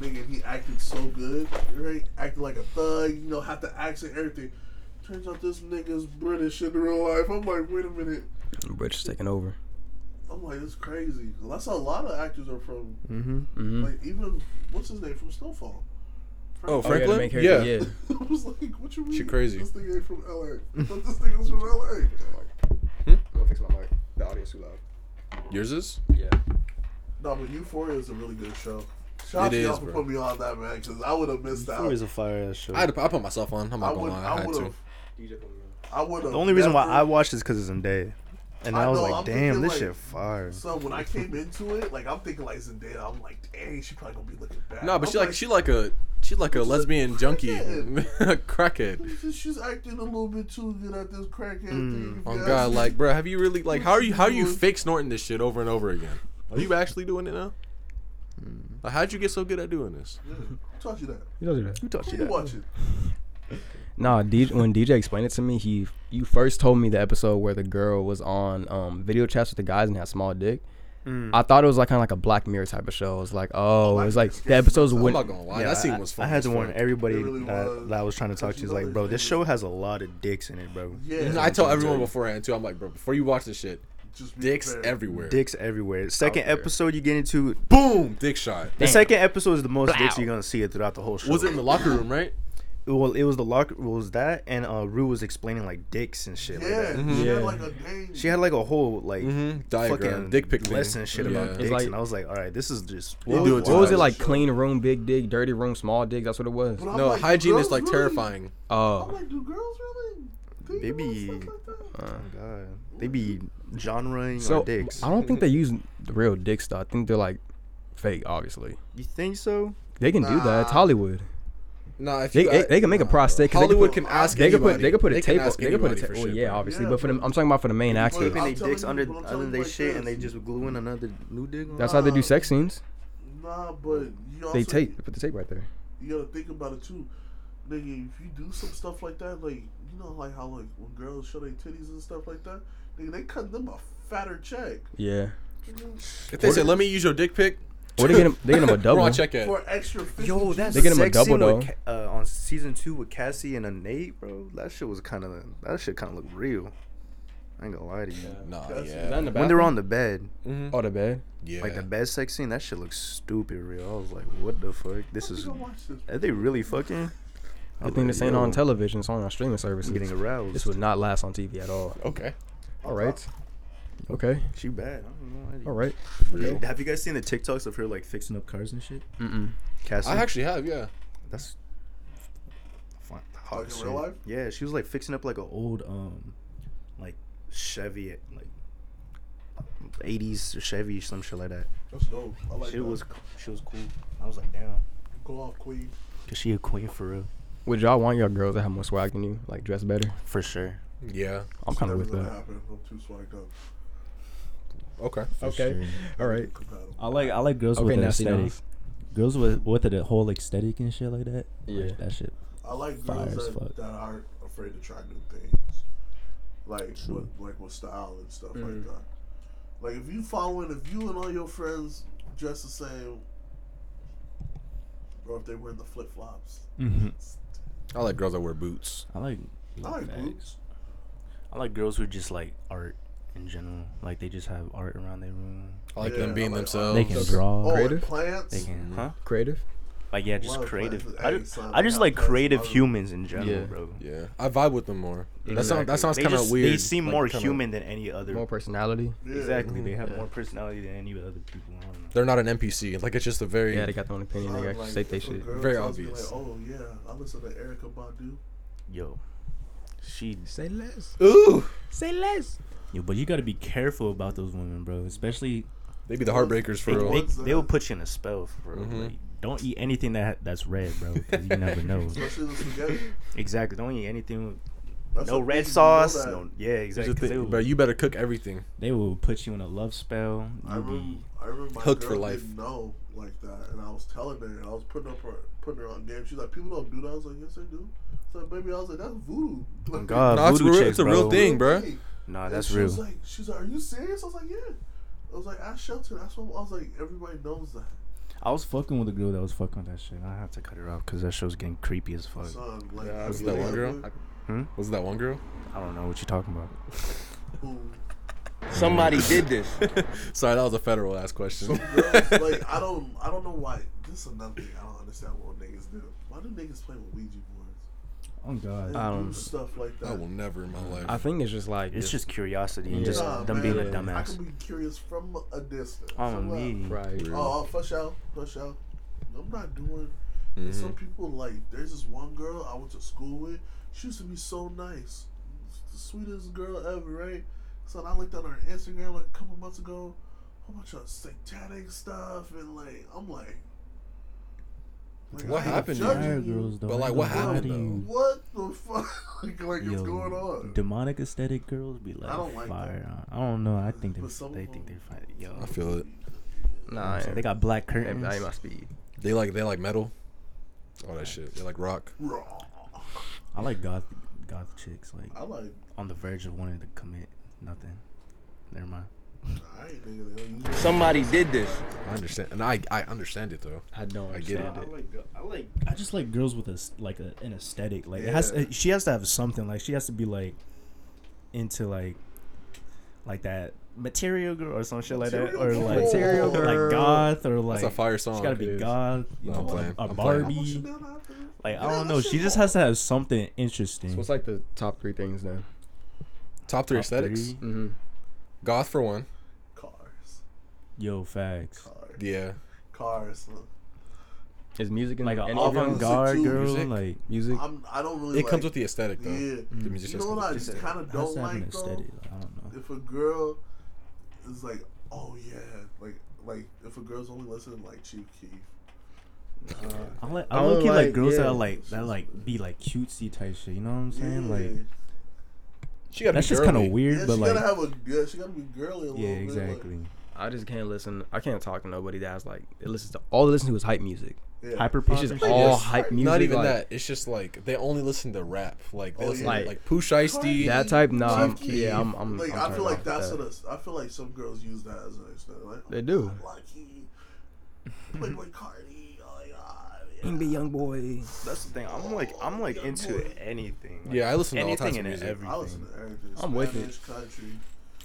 B: Nigga, and he acted so good, right? Acted like a thug, you know, had the accent, everything. Turns out this nigga's British in real life. I'm like, wait a minute.
D: Rich is taking over.
B: I'm like, it's crazy. That's how a lot of actors are from.
A: Mm-hmm.
D: Mm-hmm.
B: Like even what's his name from Snowfall.
E: Oh,
D: Oh, yeah,
E: Franklin?
D: to make her,
E: Yeah.
D: yeah. yeah.
B: I was like, what you mean?
E: She crazy.
B: This nigga ain't from LA. But this nigga's from LA.
D: I'm gonna fix my mic. The audio's too loud.
E: Yours is?
B: No, but Euphoria is a really good show. Shout out
E: It
B: to y'all
E: is,
B: for
E: bro.
B: putting me on that, man, because I would have missed out.
A: a fire ass show.
E: I, had to, I put myself on. I'm
B: I
E: not gonna
B: would.
E: lie. I
B: I
E: had
B: would
E: to.
B: have. I would have.
A: the only reason why I watched is because of Zendaya. And
B: I
A: I, was
B: know,
A: like,
B: I'm
A: damn,
B: thinking,
A: this
B: like,
A: shit fire.
B: So when I came into it, like I'm thinking like Zendaya, I'm like, dang, she probably gonna be looking bad.
E: No, but
B: I'm
E: she like she like a she like a
B: She's a
E: lesbian junkie,
B: crackhead.
E: crackhead.
B: she's acting a little bit too good at this crackhead
A: Hmm.
D: Mm.
B: thing.
E: Oh
B: Yeah,
E: God,
B: she-
E: like bro, have you really like how are you how are you
B: Doing-
E: fake snorting this shit over and over again? Are you actually doing it now?
D: Mm.
E: Like, how'd you get so good at doing this?
B: Yeah, who taught you that?
D: You don't do that.
A: Who taught
B: Who
A: you
B: you
A: that?
B: watching?
D: Nah, DJ, when DJ explained it to me, he you first told me the episode where the girl was on um, video chats with the guys and had small dick.
B: Mm.
D: I thought it was like kind of like a Black Mirror type of show. It was like, oh, it was like the episodes
E: I'm
D: went.
E: not gonna lie,
A: Yeah,
E: that scene
A: I-
E: was fun.
A: I had to warn everybody
B: It really
A: that,
B: was.
A: that I was trying to talk to.
B: you
A: He's
B: know
A: like,
B: it's
A: bro,
B: really-
A: this show has a lot of dicks in it, bro.
B: Yeah,
E: I tell
A: I'm
E: everyone
A: telling you.
E: beforehand too. I'm like, bro, before you watch this shit,
B: just be
E: dicks
B: prepared.
E: everywhere.
A: Dicks everywhere. Second
E: there.
A: episode you get into,
E: boom, dick shot.
A: the second episode is the most dicks you're gonna see it throughout the whole show.
E: Was it in the locker room, right?
A: Well, it was the lock. Was that and uh, Rue was explaining like dicks and shit.
B: Yeah,
A: Like that.
B: she
D: Yeah.
B: had like a dang.
A: She had like a whole like
E: Mhm, Mm-hmm. diagram,
A: fucking
E: dick pic thing.
A: lesson shit about
E: Yeah. It's
A: dicks,
D: like-
A: and I was like, all right, this is just.
E: We'll
A: What
E: do it
A: was-
E: too.
D: What was it
E: Wow.
D: like? Clean room, big dick. Dirty room, small dick. That's what it was.
B: But I'm
E: No,
B: like, do
E: hygiene is
B: girls
E: like
B: really-
E: terrifying.
D: Oh,
B: I'm like, do girls really? think about
A: Maybe-
B: stuff like that?
A: Oh, God. They be genreing
D: so
A: our dicks.
D: I don't think they use the real dicks though. I think they're like fake. Obviously,
A: You think so?
D: they can do that. It's Hollywood.
E: No, if
D: They
E: you
D: they,
E: got-
D: they can make a prostate. 'cause
E: Hollywood
D: they
E: can ask.
D: They could put they
E: anybody.
D: could put a
E: can
D: tape. on-
E: ask
D: They could put a
E: anybody
D: tape.
E: for
D: Well,
E: shit,
D: yeah,
E: bro.
D: obviously.
B: Yeah,
D: but for them,
B: bro.
D: I'm talking about for the main
B: put it
D: actors.
B: in-
A: Keeping
B: I'm
A: their
B: telling
A: dicks
B: you,
A: under
B: but I'm telling
A: under
B: you
A: their
B: like
A: shit,
B: this.
A: and they just glue in another new dick. on
D: That's how they do
B: Nah.
D: sex scenes.
B: Nah, but you also
D: They tape. They put the tape right there.
B: you gotta think about it too. Nigga, if you do some stuff like that, like you know, like how like when girls show their titties and stuff like that, nigga, they cut them a fatter check
D: Yeah.
E: If they say, "Let me use your dick pic,"
D: Or they get them. They get them a double.
E: raw check it.
B: for extra. 50
A: Yo, that
B: G's.
D: They get 'em a
A: sex
D: double,
A: scene
D: though.
A: with Ca- uh, on season two with Cassie and a Nate, bro. That shit was kind of that shit kind of looked real. I ain't gonna lie to you.
E: Nah,
B: That's-
E: yeah.
A: When they're on the bed,
E: Mhm.
D: Oh, the bed.
E: yeah.
A: like the bed sex scene, that shit looks stupid real. I was like, what the fuck? This
B: I
A: is
B: think I watched this.
A: are they really fucking?
D: I think this ain't on television. It's on our streaming
A: I'm getting
D: services.
A: aroused.
D: This would not last on TV at all.
E: okay.
D: All right. Okay.
A: she bad. I don't know.
D: All right.
A: Hey, Have you guys seen the TikToks of her like fixing up cars and shit?
D: Mm-mm.
A: Cassie,
E: I actually have, yeah.
A: that's fine.
B: Like in real life?
A: Yeah, she was like fixing up like an old um, like Chevy, like '80s Chevy, some shit like that.
B: That's dope. I like
A: she
B: that.
A: was c- she was cool. I was like, damn,
B: go off queen.
A: cause she a queen for real,
D: Would y'all want your girls to have more swag than you, like dress better?
A: for sure.
E: Yeah.
D: I'm kind of with
B: gonna
D: that.
B: happen. I'm too swagged up.
E: Okay.
D: Okay. All right.
B: Compatible.
H: I like I like girls
D: Okay,
H: with an
D: now sit down.
H: aesthetic. Girls with with a whole aesthetic and shit like that.
D: Yeah.
H: Like, that shit.
B: I like
H: Fire
B: girls
H: as
B: that,
H: fuck.
B: that aren't afraid to try new things, like with,
H: True.
B: like with style and stuff
G: Mm-hmm.
B: like that. Like if you following, if you and all your friends dress the same, or if they wear the flip flops,
E: I like girls that wear boots.
H: I like
B: I like
H: Facts.
B: boots.
A: I like girls who just like art in general. Like they just have art around their room.
E: I like
B: Yeah,
E: them being
B: I like-
E: themselves. Mm-hmm.
H: they can
B: Okay.
H: draw.
B: Oh, and
D: Creative?
B: plants.
A: They can, huh?
D: Creative.
A: Like yeah, just
B: Love
A: creative.
B: plants.
A: I
B: Hey,
A: just,
B: son,
A: I just
B: love
A: like
B: plants.
A: creative
B: Love-
A: humans in general,
D: Yeah.
A: bro.
E: Yeah. I vibe with them more. That sounds
A: Exactly.
E: that sounds
A: They
E: kind of
A: just-
E: weird.
A: They seem
E: like,
A: more
E: kinda-
A: human than any other.
D: More personality.
B: Yeah.
A: Exactly, they have
D: Yeah.
A: more personality than any other people. I don't know.
E: They're not an NPC. Like it's just a very
D: Yeah, they got their own opinion. They actually say they
B: if a
D: shit.
B: girl
E: Very
B: tells me,
E: obvious.
B: Like, oh yeah, I listen to Erica Badu.
A: Yo, she.
H: Say less.
E: ooh.
G: Yo, but you gotta be careful about those women, bro. Especially
E: They be the heartbreakers for
G: they,
E: real.
G: they,
B: What's
G: they will
B: that?
G: put you in a spell, bro.
E: Mhm.
G: Like, don't eat anything that that's red, bro. 'cause you never know.
B: Especially the spaghetti.
G: exactly. Don't eat anything. With,
B: That's
G: no
B: a
G: red
B: big- you know
G: sauce.
B: that.
G: No, yeah,
E: Here's
G: exactly.
E: the
G: 'cause they
E: thing,
G: will-
E: bro. You better cook everything.
G: They will put you in a love spell.
B: I
G: You'll
B: remember,
G: be
B: I remember my
E: Mm-hmm. hooked
B: girl
E: for life.
B: didn't know like that, and I was telling her, and I was putting up her, putting her on game. She's like, "People don't do that." I was like, "Yes, they do." So baby, I was like, "That's voodoo."
A: Oh,
B: Like,
A: God,
E: No, it's
A: voodoo
E: real-
A: chicks,
E: it's a
A: bro.
E: real thing, bro.
B: And
A: Nah, that's
B: she Was
A: real.
B: like, she's like, "Are you serious?" I was like, "Yeah." I was like, "Ask Shelton." That's what I was like. Everybody knows that.
G: I was fucking with a girl that was fucking.
A: Fuck that shit. I have to cut her off because that show's getting creepy as fuck.
B: Son, like,
E: Yeah,
B: was
E: was that one girl?
A: Hmm?
E: Was that one girl?
A: I don't know what you're talking about.
F: Somebody did this.
E: Sorry, that was a federal ass question.
B: like I don't, I don't know why. This is another thing I don't understand what niggas do. Why do niggas play with Ouija boards?
G: Oh god.
B: They
D: I don't-
B: do stuff like that.
E: I will never in my life.
D: I think it's just like
A: It's just curiosity and
D: Yeah.
A: just
B: Nah,
A: them being a
B: man, I
A: dumbass.
B: can be curious from a distance.
A: On
B: From a-
A: me.
D: right.
B: Oh, for sure, for sure. I'm not doing. and Some
D: Mm-hmm.
B: people like. There's this one girl I went to school with. She used to be so nice, the sweetest girl ever, right? So then I looked on her Instagram like a couple months ago, a whole bunch of satanic stuff, and like I'm like, like,
E: What
B: I ain't
E: happened to
B: judging
E: you?
B: you,
G: girls, though.
E: But,
G: I
E: like,
G: ain't
E: what
G: gonna lie
E: happened,
G: to
E: though?
D: Mm.
G: you.
B: What the fuck? like, like what's
G: Yo,
B: going on?
G: Demonic aesthetic girls be like,
B: don't like
G: fire. I don't know. I think
B: But some
G: they, they
B: of
G: think
B: them-
G: they're fire. Yo,
E: I feel it.
D: Nah,
G: they got black curtains.
D: I ain't my speed.
E: They like they like metal, all that shit. They like rock.
B: Raw.
G: I like goth goth chicks. Like
B: I like.
G: on the verge of wanting to commit. Nothing. Never mind.
B: I ain't nigga. like, you-
F: Somebody did this.
E: I understand, and I I understand it though.
D: I don't.
E: I get it.
G: I like, I like, I just like girls with a s- like a, an aesthetic. Like it has, uh,
B: Yeah.
G: she has to have something. Like she has to be like into like, like that material girl or some shit like that, or
B: Material
G: like
B: girl.
G: like goth or like
E: That's a fire song.
G: She gotta
E: It
G: be
E: is.
G: goth, you
E: No, I'm
G: know, a-
E: playing.
G: a
E: I'm playing.
B: I want you
G: Barbie.
B: down after this.
G: Like I
B: Yeah,
G: don't
B: that
G: know.
B: shit
G: She just
B: raw.
G: has to have something
D: So
G: interesting.
D: what's like the top three things then?
E: Top three
G: Top
E: aesthetics.
G: three.
D: Mm-hmm.
E: Goth for one.
B: Cars.
G: Yo, facts.
B: Cars.
E: Yeah.
B: Cars.
D: Is music in
G: Like
D: any
G: an
D: of them?
G: avant garde
B: Music.
G: girl. Like
D: music?
B: I'm. I don't really.
E: It
B: like,
E: comes with the aesthetic though.
B: Yeah.
E: The
B: You
E: musicians
B: know
E: come
B: what I
E: with
B: just
E: the aesthetic.
B: kind of
G: has
B: don't
G: to have an
B: like though.
G: aesthetic. I don't know.
B: if a girl is like, oh yeah, like like if a girl's only listening to, like Chief Keef,
G: I like
D: I
G: I look
D: don't
G: like,
D: like-
G: girls that
D: yeah.
G: are like that like be like cutesy type shit. You know what I'm saying?
B: yeah,
G: Like
E: She gotta
G: that's
E: be
G: just kind of
E: girly.
G: weird,
B: yeah,
G: but
B: she
G: like
B: gotta have a good, she gotta be girly a
G: yeah,
B: little bit. like,
G: exactly.
D: I just can't listen. I can't talk to nobody that's like it listens to all they listen to is hype music.
B: yeah.
G: Hyper
D: It's just
G: pop.
D: all
E: Yes.
D: hype music.
E: Not even
D: like,
E: that. It's just like they only listen to rap. Like they
B: Oh,
E: listen
B: yeah.
E: to, like Pooh Shiesty.
D: That type, no,
B: Chief
D: I'm,
B: Keef.
D: yeah, I'm, I'm.
B: like
D: I'm
B: I feel
D: turned
B: like
D: off
B: that's
D: that.
B: what us- I feel like some girls use that as an extent. Like,
D: They do.
B: I'm Lucky, like like Cardi. Oh my god. yeah.
D: Be young boy.
A: That's the thing. I'm like I'm like into anything. Like,
E: Yeah, I listen to all
A: anything
E: types of
A: and
E: music.
A: everything.
B: I listen to everything.
D: I'm with
B: Spanish, country.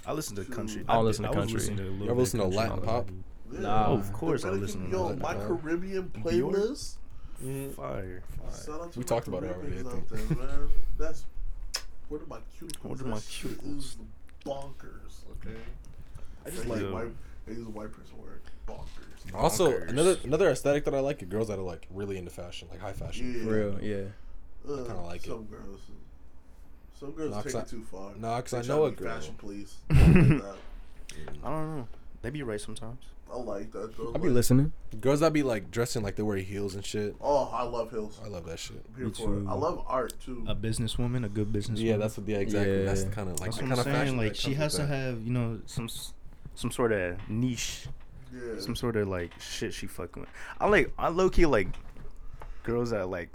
A: I listen to country.
D: I don't
A: did-
D: listen to
A: was
D: country.
A: listening a little
E: You ever
A: bit
E: listen to
A: of country.
E: Latin pop?
B: Yeah.
D: Nah.
G: Oh, of course I
B: Dominican-
G: listen to
B: Yo,
G: Latin
B: my
G: pop.
B: Caribbean
A: Dior?
B: playlist.
A: Fire.
B: Shout out to
E: We
B: my
E: talked about it
B: Caribbeans
E: already, I
B: out there, man. That's where do my cuticles?
A: Where do my
B: that shit
A: cuticles?
B: Is bonkers. Okay. I just like
A: like-
B: white. I use a white person word. Bonkers.
E: Also,
A: Bonkers.
E: another another aesthetic that I like are girls that are like really into fashion, like high fashion.
B: Yeah.
D: Real, yeah.
B: Ugh,
E: kinda like it.
B: some girls. Some girls
E: Nah, 'cause
B: take
E: I-
B: it too far.
E: nah, 'cause
B: They
E: I
B: try
E: know
B: to
E: a
B: be
E: girl.
B: Fashion police. I like that.
A: I don't know. They be right sometimes.
B: I like that. Though.
D: I'll be
B: like,
D: listening.
E: Girls that be like dressing like they wear heels and shit.
B: Oh, I love hills.
E: I love that shit.
B: I'm here
G: Me
B: for it.
G: too.
B: I love art too.
G: A businesswoman, a good businesswoman.
E: Yeah, that's what the exactly. That's the
D: Yeah.
E: kind of like
A: That's
E: the
A: what
E: kind
A: I'm
E: of
A: saying.
E: fashion.
A: Like
E: that
A: she
E: comes
A: has to
E: with that.
A: have you know some s- some sort of niche
B: yeah.
A: some sort of like shit she fucking with. I like I low key like girls that like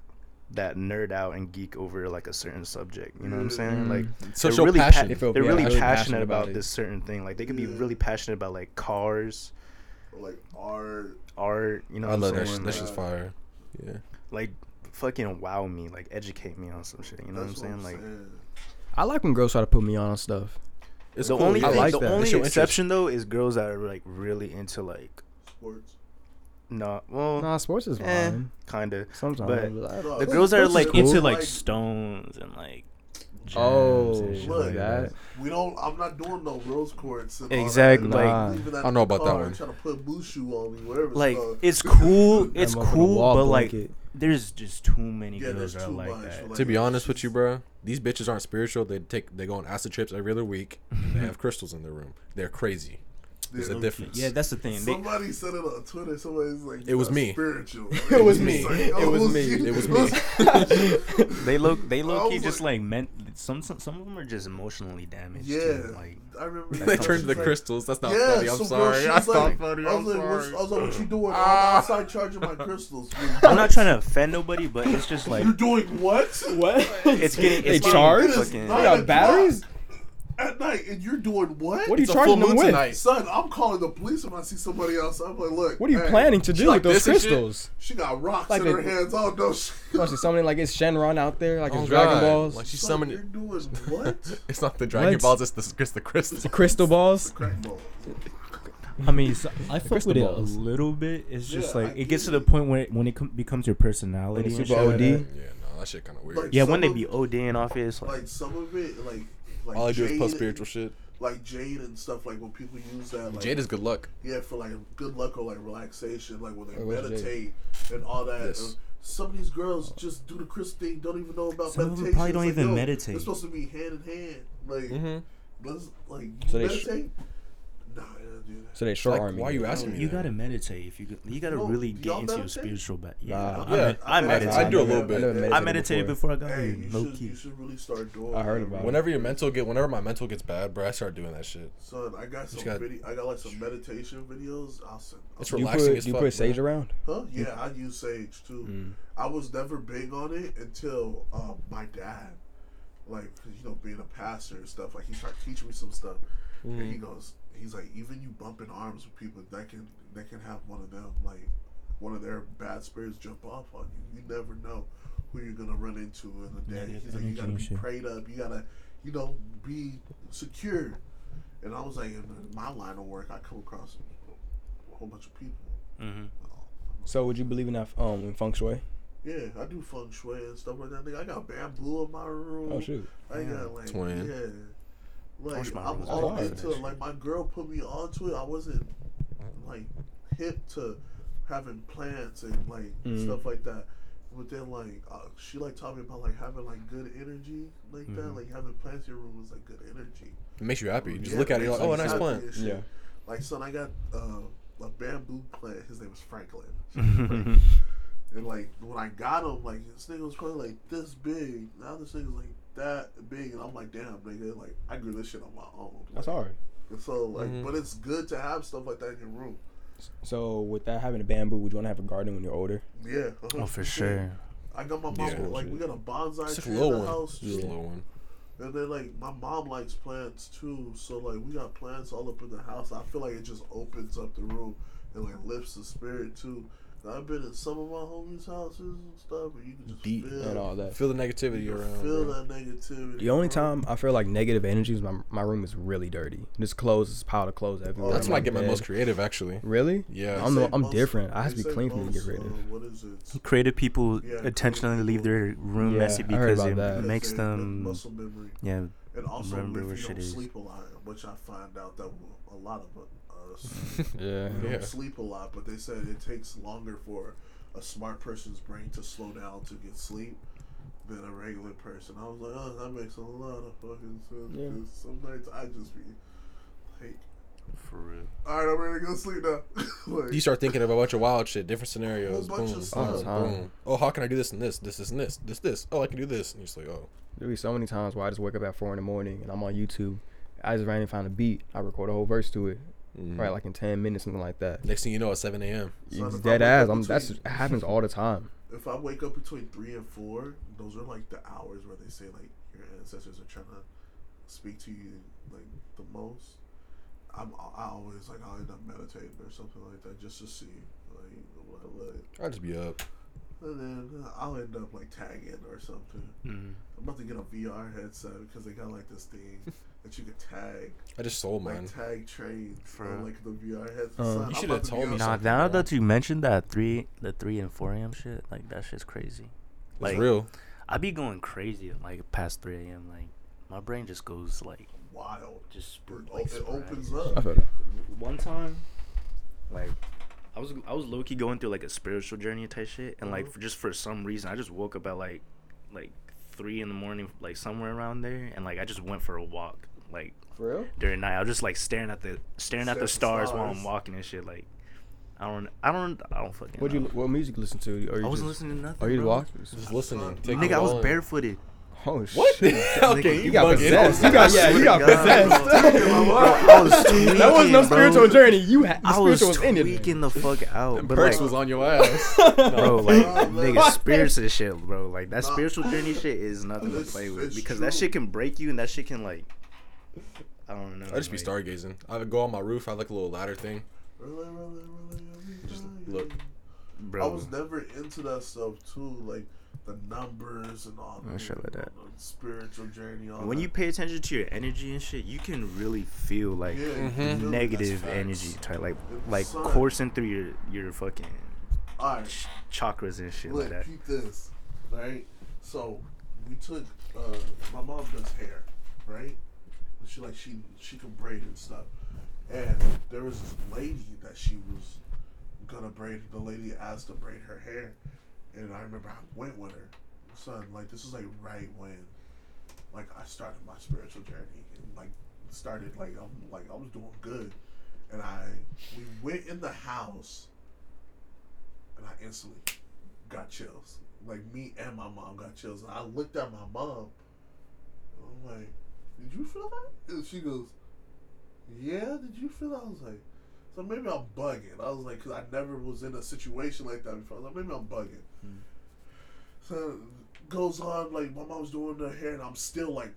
A: that nerd out and geek over like a certain subject. You know what I'm saying?
B: Mm-hmm.
D: Mhm.
A: Like
E: So
A: they're
E: she'll
A: really
E: passion.
A: pa-
D: They feel-
A: they're
D: yeah,
A: really
D: really
A: passionate,
D: passionate
A: about,
D: about it.
A: this certain thing. Like they could be
B: Yeah.
A: really passionate about like cars,
B: Or, like art.
A: art. You know,
E: I
A: what
E: love
A: I'm
E: that.
A: saying?
E: shit. That's just
B: uh,
E: fire. Yeah.
A: Like fucking wow me, like educate me on some shit. You know
B: That's
A: what I'm saying? Like
D: I like when girls try to put me on on stuff.
E: It's
A: the
E: cool,
A: only
E: yeah.
A: thing,
D: like
A: the
D: that.
A: only
E: It's your interest.
A: exception though is girls that are like really into like
B: Sports.
A: not well
D: Nah, sports is fine
A: Eh. kinda
D: sometimes.
A: But-
D: but I-
B: No,
A: the
B: it's-
A: girls that are
B: it's
A: like
B: cool.
A: into like stones and like gems
D: Oh,
G: and shit
B: look,
G: like
D: that.
B: We don't. I'm not doing no rose quartz. And all that.
A: Exactly,
B: Like,
D: like-
B: leaving
E: I don't know about that
B: car,
E: one.
B: Trying to put Mushu on me, whatever.
A: like
B: so,
A: it's cool
D: That
A: it's
D: motherfucker
A: cool
D: wall
A: but like
D: blanket.
A: there's just too many
B: Yeah,
G: girls
B: there's
G: are
B: too
G: like
B: much.
G: that.
B: like,
E: To be
B: it's
E: honest with
B: just-
E: you, bro, these bitches aren't spiritual. They take they go on acid trips every other week. And they have crystals in their room. They're crazy. There's a
B: Yeah.
E: difference.
G: yeah, that's the thing. They,
B: Somebody said it on Twitter. Somebody's like,
E: It was
B: "You're
E: me.
B: Spiritual.
E: It was me.
B: It's like,
E: It
B: oh,
E: was
B: was
E: me.
B: you. Oh
E: It was me.
A: they look they
B: I
A: low key
B: was
A: just
B: like-
A: like meant some some some of them are just emotionally damaged
B: Yeah.
A: too. like
B: I remember.
E: they turn to the
B: crystal.
E: crystals. That's not
B: Yeah,
E: funny.
B: some
E: I'm
B: girl,
E: sorry.
B: she
E: That's
B: was
E: not
B: like,
E: funny.
B: I
E: I'm
B: was like,
E: sorry.
B: what, I was like, what you doing? I'm
E: Ah.
B: outside charging my crystals.
A: I'm not trying to offend nobody, but it's just like
B: You're doing what?
D: What?
A: it's getting
D: They
A: it's getting
D: charge?
A: fucking-
D: They got
B: Nine
D: batteries?
B: At night, and you're doing what?
D: What are you
E: It's a full
D: charging them
E: moon
D: with?
E: tonight.
B: Son, I'm calling the police if I see somebody else. I'm like, look.
D: What are you
B: hey,
D: planning to do
E: like
D: with those
E: this and shit?
D: crystals?
B: She got rocks
D: Like
B: in
D: a-
B: her hands. Oh no, she.
D: Especially something like it's Shenron out there, like
E: Oh,
D: it's Dragon
E: God.
D: Balls,
E: Like she's
B: Son, You're
E: summoning.
B: doing what?
E: It's not the Dragon
D: What?
E: Balls. It's the it's the crystals.
D: crystal balls.
B: Crack balls.
G: I mean, so I fuck
D: crystal
G: with it a
D: balls.
G: little bit. It's just
B: Yeah, I
G: like it
B: get
G: gets to
B: it.
G: the point when it, when it com- becomes your personality.
D: When
G: and shit
D: it's super
G: like
D: OD.
G: that.
E: Yeah, no, that shit kind of weird.
B: Like,
A: yeah, when they
B: some
A: be
B: of-
A: ODing off it, it's like,
B: like some of it, like like
E: All I do is post
B: Jade-
E: spiritual shit.
B: like Jade and stuff. Like when people use that, like
E: Jade is good luck.
B: yeah, for like good luck or like relaxation, like when they
D: Oh, where's Jade?
B: meditate and all that.
E: Yes.
B: Uh, some of these girls just do the crystal thing, don't even know about
G: Some of them
B: meditation.
G: probably don't
B: It's like,
G: even
B: yo,
G: meditate.
B: It's supposed to be hand in hand, like
E: Mm-hmm.
B: Let's like
D: So they sh-
B: meditate. Nah, I don't do that.
D: So they short
E: Like,
D: arm.
E: why are you asking me?
A: You
E: that?
A: gotta meditate. If you go- you gotta
B: No,
A: really
B: y'all
A: get into your
B: meditate?
A: spiritual back.
D: Nah.
A: Yeah,
E: Yeah,
A: I, I
B: Hey,
A: meditate.
E: I do a little bit.
D: never
A: I
D: meditated
A: meditated before, I got
B: Hey,
A: here.
B: you
A: Low
B: should,
A: key.
B: you should really start doing.
D: I heard
B: that,
D: about
B: bro.
D: it.
E: Whenever your mental get, whenever my mental gets bad, bro, I start doing that shit.
B: Son, I got some
E: got-
B: video. I got like some meditation videos. I'll send. I'll
E: It's
D: Do you
E: relaxing
D: put,
E: as
D: do you
E: fuck.
D: put sage
E: bro.
D: around?
B: Huh? Yeah, I use Sage too. I was never big on it until um, my dad, like you know, being a pastor and stuff. Like he started teaching me some stuff, and he goes, he's like, even you bumping arms with people that can that can have one of them like one of their bad spirits jump off on you. You never know who you're gonna run into in a day. He's like, you gotta be prayed up. You gotta, you know, be secure. And I was like, in my line of work, I come across a whole bunch of people.
D: Mm-hmm. So would you believe in that um in feng shui?
B: Yeah, I do feng shui and stuff like that. Nigga, I got bamboo in my room.
D: Oh shoot.
B: I got like
E: Twin.
B: yeah. Like
I: wish my room
B: I'm
I: was
B: all
E: bigger.
B: into it. Like my girl put me onto it. I wasn't like hip to having plants and like
D: Mm.
B: stuff like that. But then like uh, she like taught me about like having like good energy like
D: Mm-hmm.
B: that. Like having plants in your room was like good energy.
E: It makes you happy. Just
B: Yeah,
E: look at it,
B: makes me
E: you're like, oh, a nice
B: happy
E: plant.
B: and shit.
D: Yeah.
B: Like son, I got uh, a bamboo plant. His name was Franklin. And like when I got him, like this nigga was probably like this big. Now this nigga's like that big, and I'm like, damn, nigga, like I grew this shit on my own.
D: That's hard.
B: And so like,
E: Mhm.
B: but it's good to have stuff like that in your room.
D: So with that having a bamboo, would you want to have a garden when you're older?
B: Yeah.
A: Oh, for sure.
B: I got my mom
E: Yeah.
B: like we got a bonsai
E: It's like a
B: tree in
E: little
B: the
E: one.
B: house,
E: Just a
B: too.
E: little one.
B: and then like my mom likes plants too. So like we got plants all up in the house. I feel like it just opens up the room and like lifts the spirit too. And I've been in some of my homies' houses and stuff, and you can just
E: Deep
B: feel,
D: And all that.
E: Feel the
B: you
E: negativity
B: can
E: around.
B: feel
E: bro.
B: that negativity.
D: The only
B: bro.
D: time I feel like negative energy is my my room is really dirty. This clothes, this pile of clothes everywhere.
E: That's
D: on
E: when I get my
D: bed.
E: most creative, actually.
D: Really?
E: Yeah.
D: I'm
B: Oh, They
D: the-
B: say
D: I'm
B: most-
D: different. I have
B: they
D: to be
B: say
D: clean for me to get
B: most,
D: creative.
B: uh, what is it?
A: Creative people
B: Yeah,
A: intentionally
B: creative
A: leave
B: people.
A: their room
D: Yeah,
A: messy
D: I heard
A: because
D: about
A: it
D: that.
B: They
A: makes
B: say
A: them.
B: muscle memory,
A: Yeah,
B: and also
A: remember
B: if
A: where
B: you
A: shit
B: don't
A: is.
B: sleep a lot, which I find out that a lot of us
D: Yeah.
B: don't
E: Yeah.
B: sleep a lot. But they said it takes longer for a smart person's brain to slow down to get sleep than a regular person. I was like, oh, that makes a lot of fucking sense.
D: Yeah.
B: 'cause Some nights I just be like,
I: for real.
B: all right, I'm ready to go sleep now. like,
E: You start thinking about a bunch of wild shit, different scenarios.
B: Whole bunch
E: Boom,
B: of
E: boom,
B: stuff.
E: boom. Oh, how can I do this and this? This, this, and this. This, this. Oh, I can do this. And you're just like, oh.
D: There'll be so many times where I just wake up at four in the morning and I'm on YouTube. I just randomly find a beat. I record a whole verse to it,
E: Mhm.
D: right, like in ten minutes, something like that.
E: Next thing you know, it's 7 a.m.
B: Son,
D: It's
B: if I
D: dead
B: wake
D: ass.
B: up
D: I'm, that's
B: between-
D: it happens all the time.
B: if I wake up between three and four, those are like the hours where they say like your ancestors are trying to speak to you like the most. I'm I always like I'll end up meditating or something like that just to see like what I like,
E: I'll just be up.
B: and then I'll end up like tagging or something. I'm about to get a VR headset because they got like this thing that you can tag
E: I just sold mine.
B: like tag trains
I: For
B: for
I: real?
B: like the VR headset.
D: Uh,
B: Son,
D: You
B: I'm
E: shoulda
B: about to be
E: told me
B: on some-
E: something.
A: Nah,
E: something,
A: now
E: bro.
A: that you mentioned that three, the three and four a.m. shit, like that shit's crazy. Like
E: it's real.
A: I be going crazy at like past three a.m. Like my brain just goes like
B: wild.
A: just
B: It,
A: spur-
B: o-
A: like,
B: it opens
A: sporadic.
B: up.
D: I feel that.
A: One time, like I was I was low key going through like a spiritual journey type shit, and like
B: Mhm.
A: for, just for some reason I just woke up at like like three in the morning, like somewhere around there, and like I just went for a walk, like
D: For real?
A: during the night. I was just like staring at the staring
B: Staring at
A: at the
B: the
A: stars, while I'm
B: stars.
A: walking and shit. Like I don't I don't I don't fucking.
D: What you
A: know.
D: what music you listen to? Or you
A: I wasn't
D: just,
A: listening to nothing.
D: Are you
A: bro.
D: walking?
E: Just listening. Take
A: Nigga,
E: it
A: I
E: all in.
A: was barefooted.
D: Oh
E: What?
D: shit!
E: okay,
D: You got
E: bugging.
D: possessed. You got yeah. You got possessed.
A: I was tweaking,
D: That was no
A: bro.
D: spiritual journey. You had. The
A: I was
D: spiritual was in it.
A: tweaking the fuck out, but
E: Perks
A: like,
E: was on your ass.
A: bro, like
B: Nah, man.
A: nigga, spirits and shit, bro. Like that
B: Nah.
A: spiritual journey shit is nothing to
B: It's-
A: play with
B: it's
A: because
B: true.
A: that shit can break you and that shit can like, I don't know.
E: I just be
A: like,
E: stargazing. I would go on my roof. I had like a little ladder thing.
B: Really, really, really, really
E: Just
B: dying.
E: look.
A: bro.
B: I was never into that stuff too, like the numbers and all
A: Oh, shit like
B: you know,
A: that.
B: the spiritual journey. All
A: when
B: that.
A: you pay attention to your energy and shit, you can really feel like
B: Yeah, you
E: Mhm.
B: can do it.
A: negative
B: That's
A: energy,
B: facts.
A: type, like
B: It's
A: like
B: sun.
A: coursing through your your fucking
B: All right,
A: ch- chakras and shit
B: look,
A: like that.
B: peep this, right? So we took uh, my mom does hair, right? And She like she she can braid and stuff, and there was this lady that she was gonna braid. The lady asked to braid her hair, and I remember I went with her. Son, like this was like right when, like I started my spiritual journey, and like started like I'm like I was doing good, and I we went in the house, and I instantly got chills. Like me and my mom got chills, and I looked at my mom. And I'm like, "Did you feel that?" And she goes, "Yeah, did you feel?" that?" I was like, "So maybe I'm bugging." I was like, "Cause I never was in a situation like that before." I was like, "Maybe I'm bugging." So goes on like my mom's doing her hair, and I'm still like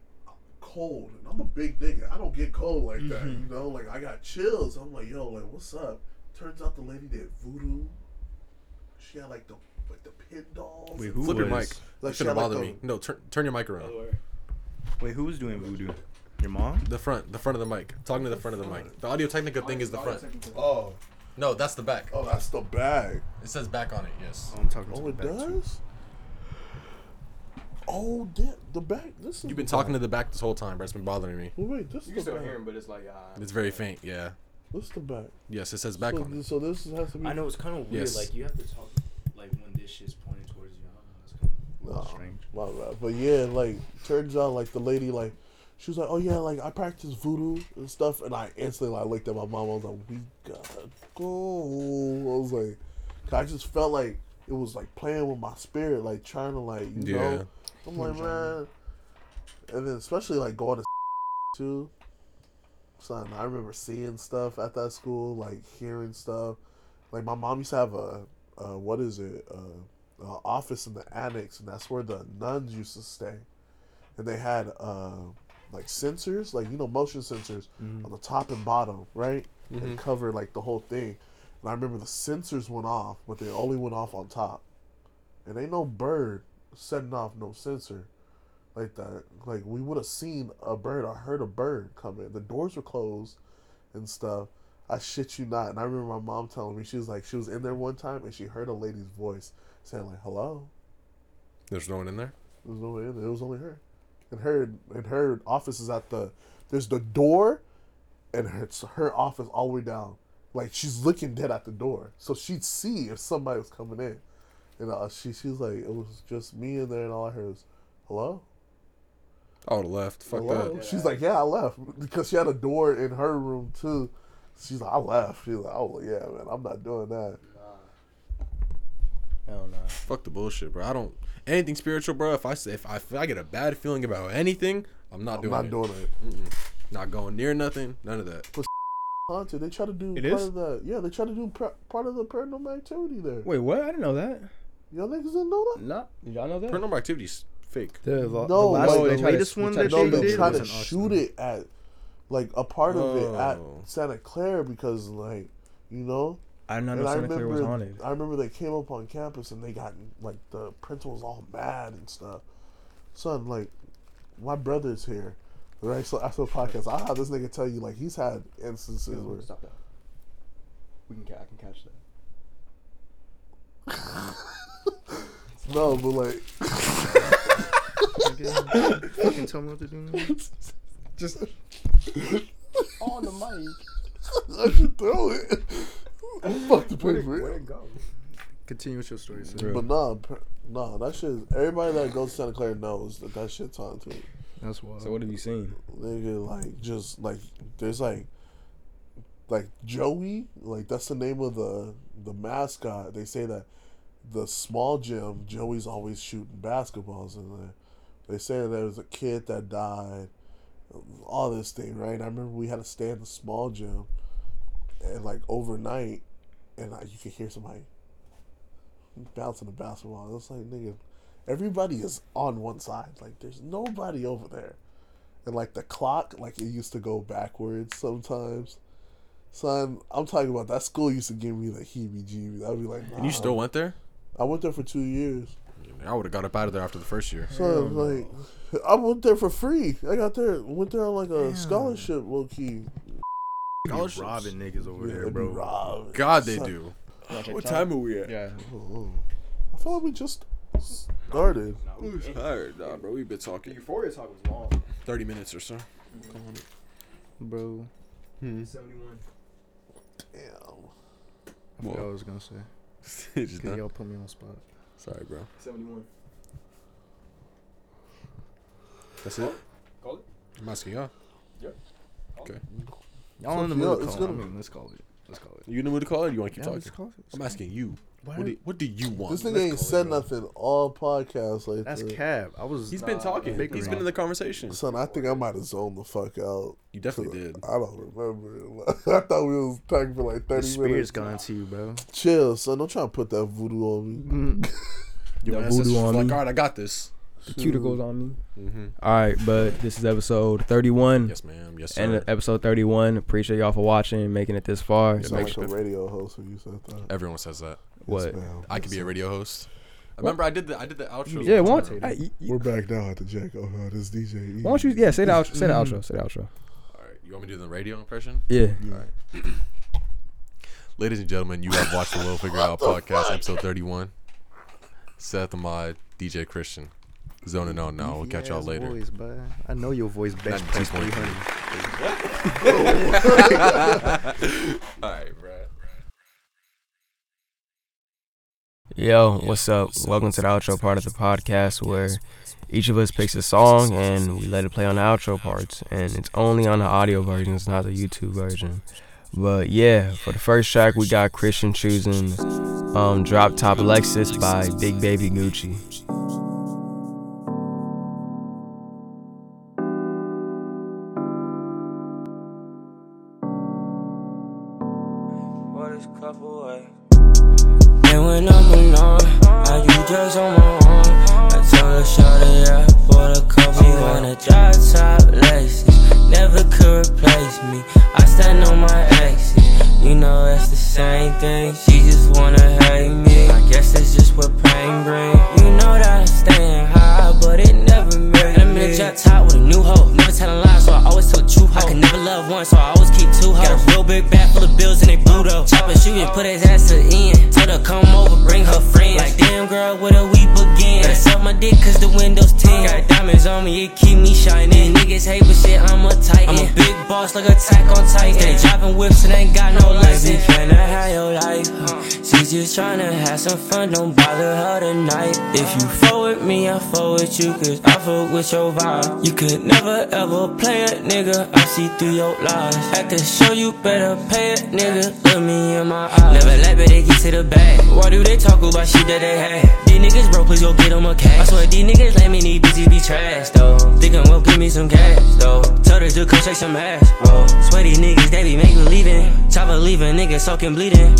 B: cold, and I'm a big nigga. I don't get cold like that, you know. Like I got chills. I'm like, yo, like what's up? Turns out the lady did voodoo. She had like the like the pin dolls.
G: Wait, who
E: Flip your mic.
G: was-
B: Like,
E: That
B: she had,
E: shouldn't bother
B: like,
E: me. No, turn turn your mic around.
G: Wait, who was doing voodoo? Your mom?
E: The front, the front of the mic. Talking to the front of the mic. The Audio Technica thing is the front.
B: Oh,
E: No, that's the back.
B: oh, that's the bag.
E: It says back on it. Yes.
A: I'm talking to
B: Oh,
A: the
B: it
A: back, too.
B: does. Oh, that, the back. This is
E: You've been talking to the back this whole time, bro. It's been bothering me.
B: Well, wait, this
C: You
B: is
C: can
B: the
C: still
B: back.
C: hear him, but it's like, ah.
E: It's very faint. Yeah.
B: This is the back.
E: Yes, it says back
B: so,
E: on
B: th-
E: it.
B: so this has to be.
J: I know it's kind of weird.
E: Yes.
J: Like you have to talk like when this shit's pointed towards you. I don't know. It's kind
B: Nah,
A: Strange.
B: my bad. But yeah, like turns out like the lady like she was like, oh yeah, like I practice voodoo and stuff, and I instantly like looked at my mom. I was like, we gotta go. I was like, 'cause I just felt like it was like playing with my spirit, like trying to like you
E: Yeah.
B: know. I'm like man, and then especially like going to too. Son, I remember seeing stuff at that school, like hearing stuff. Like my mom used to have a, uh, what is it, uh, uh, office in the annex, and that's where the nuns used to stay. And they had uh, like sensors, like you know, motion sensors on the top and bottom, right? And covered like the whole thing. And I remember the sensors went off, but they only went off on top. And ain't no bird setting off no sensor like that. Like we would have seen a bird. I heard a bird coming. The doors were closed and stuff. I shit you not. And I remember my mom telling me she was like she was in there one time and she heard a lady's voice saying like hello.
E: There's no one in there.
B: There's no way in there. It was only her. And her and her office is at the there's the door and her it's her office all the way down. Like she's looking dead at the door. So she'd see if somebody was coming in. And uh, she she was like, it was just me in there and all I heard was, hello?
E: I would have Oh, left. Fuck
B: Hello?
E: that.
B: She's like, yeah, I left because she had a door in her room too. She's like, I left. She's like, oh yeah, man, I'm not doing that.
D: I don't know.
E: Fuck the bullshit, bro. I don't anything spiritual, bro. If I say if I, if I get a bad feeling about anything, I'm not
B: I'm
E: doing
B: not
E: it.
B: doing it.
E: Not going near nothing. None of that.
B: Haunted. They try to do
D: It
B: part
D: is?
B: of the yeah. They try to do pra- part of the paranormal activity there.
D: Wait, what? I didn't know that.
B: Y'all niggas didn't know that.
D: Not did y'all know that?
E: Paranormal activities fake.
A: The, the, the
B: No,
A: last,
B: no,
A: the
B: they tried to-
A: latest
D: they
A: one
D: tried
A: that
D: to
B: No,
A: they
D: shoot
B: they
A: did
B: try
A: was
B: to
A: in
B: shoot
A: Austin.
B: it at like a part of it at
E: Oh.
B: Santa Clara because like you know.
D: I did not know
B: And I
D: Santa Clara was
B: remember,
D: haunted.
B: I remember they came up on campus and they got like the principal was all mad and stuff. Son, like my brother's here, right? So after the podcast, I'll have this nigga tell you like he's had instances where
D: Stop that. We can. ca- I can catch that.
B: no, but like
A: Nigga, Fucking tell me what to do. man.
B: just
D: On the mic.
B: I should throw it. Fuck the paper.
D: go?
A: Continue with your story, sir.
B: But nah, per- nah, that shit. Is, everybody that goes to Santa Clara knows that that shit's haunted.
A: That's wild.
D: So what have you seen?
B: Nigga, like just like there's like like Joey, like that's the name of the the mascot. They say that the small gym, Joey's always shooting basketballs in there. They say that there was a kid that died, all this thing, right? I remember we had to stay in the small gym, and like overnight, and like, you could hear somebody bouncing a basketball. It's like nigga, everybody is on one side. Like there's nobody over there and like the clock, like it used to go backwards sometimes. Son, I'm talking about that school used to give me the heebie-jeebies. I'd be like,
E: And you
B: "Nah."
E: still went there?
B: I went there for two years.
E: I would have got up out of there after the first year.
B: So like, I went there for free. I got there, went there on like a scholarship, low key.
A: You robbing niggas over there, bro.
B: Rob.
E: God, they
B: Son-
E: do.
D: What
E: time are we at?
A: Yeah.
B: Oh. I feel like we just started.
E: I'm tired, nah, bro. We've been talking
D: Euphoria talk was long.
E: thirty minutes or so.
A: Bro.
D: Seventy-one.
B: Damn.
A: I forgot what I was going to say.
E: Just
A: Because
E: done.
A: y'all put me on the spot.
E: Sorry, bro.
D: Seventy-one.
E: That's it.
C: Call it?
E: I'm asking y'all.
C: Yep.
E: Okay.
H: Y'all in the
B: Yeah,
H: mood?
B: it's
H: It's
B: gonna-
H: I mean, let's call it. Let's call it.
E: You in the mood to call it? Or you want to keep
H: Yeah, let's
E: talking?
H: call it.
E: I'm asking you. What do, what do you want?
B: This
E: Let's
B: nigga ain't
E: call it,
B: said
E: bro.
B: nothing all podcast like
A: That's
B: that.
A: cab. I was.
E: He's been talking.
A: big
E: He's
A: room.
E: been in the conversation.
B: Son, I think I might have zoned the fuck out.
E: You definitely did.
B: I don't remember. I thought we was talking for like
A: The
B: thirty
A: spirit's
B: minutes.
A: gone to you, bro.
B: Chill, son. Don't try to put that voodoo on me.
E: Your
D: The
E: ancestors
D: voodoo
E: was
D: on
E: like,
D: me.
E: all right, I got this.
D: Mm-hmm. The cuticles on me.
E: Mm-hmm.
D: All right, but this is episode 31.
E: Yes, ma'am. Yes, sir.
D: and episode 31. Appreciate y'all for watching and making it this far.
B: You
E: Yeah,
B: sound
E: make
B: like
E: sure-
B: a radio host when you said that.
E: Everyone says that.
D: What?
B: Ma'am.
E: I could be a radio host. Remember, I did the I did the outro.
D: Yeah, why
E: last
D: don't,
E: time.
D: hey, you- you-
B: We're back now at the Jack. Oh, no, this DJ. E.
D: why don't you? Yeah, say the outro. Say the outro. Say the outro.
E: All right, you want me to do the radio impression?
D: Yeah.
E: Ladies and gentlemen, you have watched the Will Figure Out podcast, episode 31. Seth Ahmad, DJ Christian, zoning on now. We'll catch y'all
A: Yes,
E: later.
A: Voice, bud. I know your voice bench
E: Not
A: press
E: deep one.
A: 300.
E: All right, bruh.
D: Yo, what's up? Welcome to the outro part of the podcast where each of us picks a song and we let it play on the outro parts. And it's only on the audio version, it's not the YouTube version. But yeah, for the first track, we got Christian choosing um, Drop Top Lexus by Big Baby Gucci.
K: And when I'm alone, I do drugs on my own. I told her, shorty, yeah, for the cover.
A: Oh,
K: She wanna drop top laces, never could replace me. I stand on my exes, you know that's the same thing. She just wanna hate me. I guess that's just what pain brings. You know that I'm staying high, but it never made I'm in a drop top with a new hoe. Never telling lies, so I always tell the truth. I can never love one, so I always keep two hoes. Got a real big bag full of bills in they blue though. Chop a shoe and put his ass to the end. Told her come over, bring her friends. Like damn girl, where do we begin? Better suck my dick cause the window's tin. Got diamonds on me, it keep me shining. Niggas hate, but shit, I'm a titan. I'm a big boss like attack on Titan. They dropping whips and ain't got no license. Can I have your life? huh? She's just tryna have some fun, don't bother her tonight. If you fuck with me, I fuck with you, cause I fuck with your vibe. You could never ever play it, nigga. I see through your lies. At the show, you better pay it, nigga. Look me in my eyes. Never let but they get to the bag. Why do they talk about shit that they had? These niggas broke, please go get them a cash. I swear these niggas let me, these bitches be trash, though. Thinkin' well, give me some cash, though. Tell her to come shake some ass, bro. Swear these niggas, they be make believing. Chopper leaving, niggas soaking bleeding.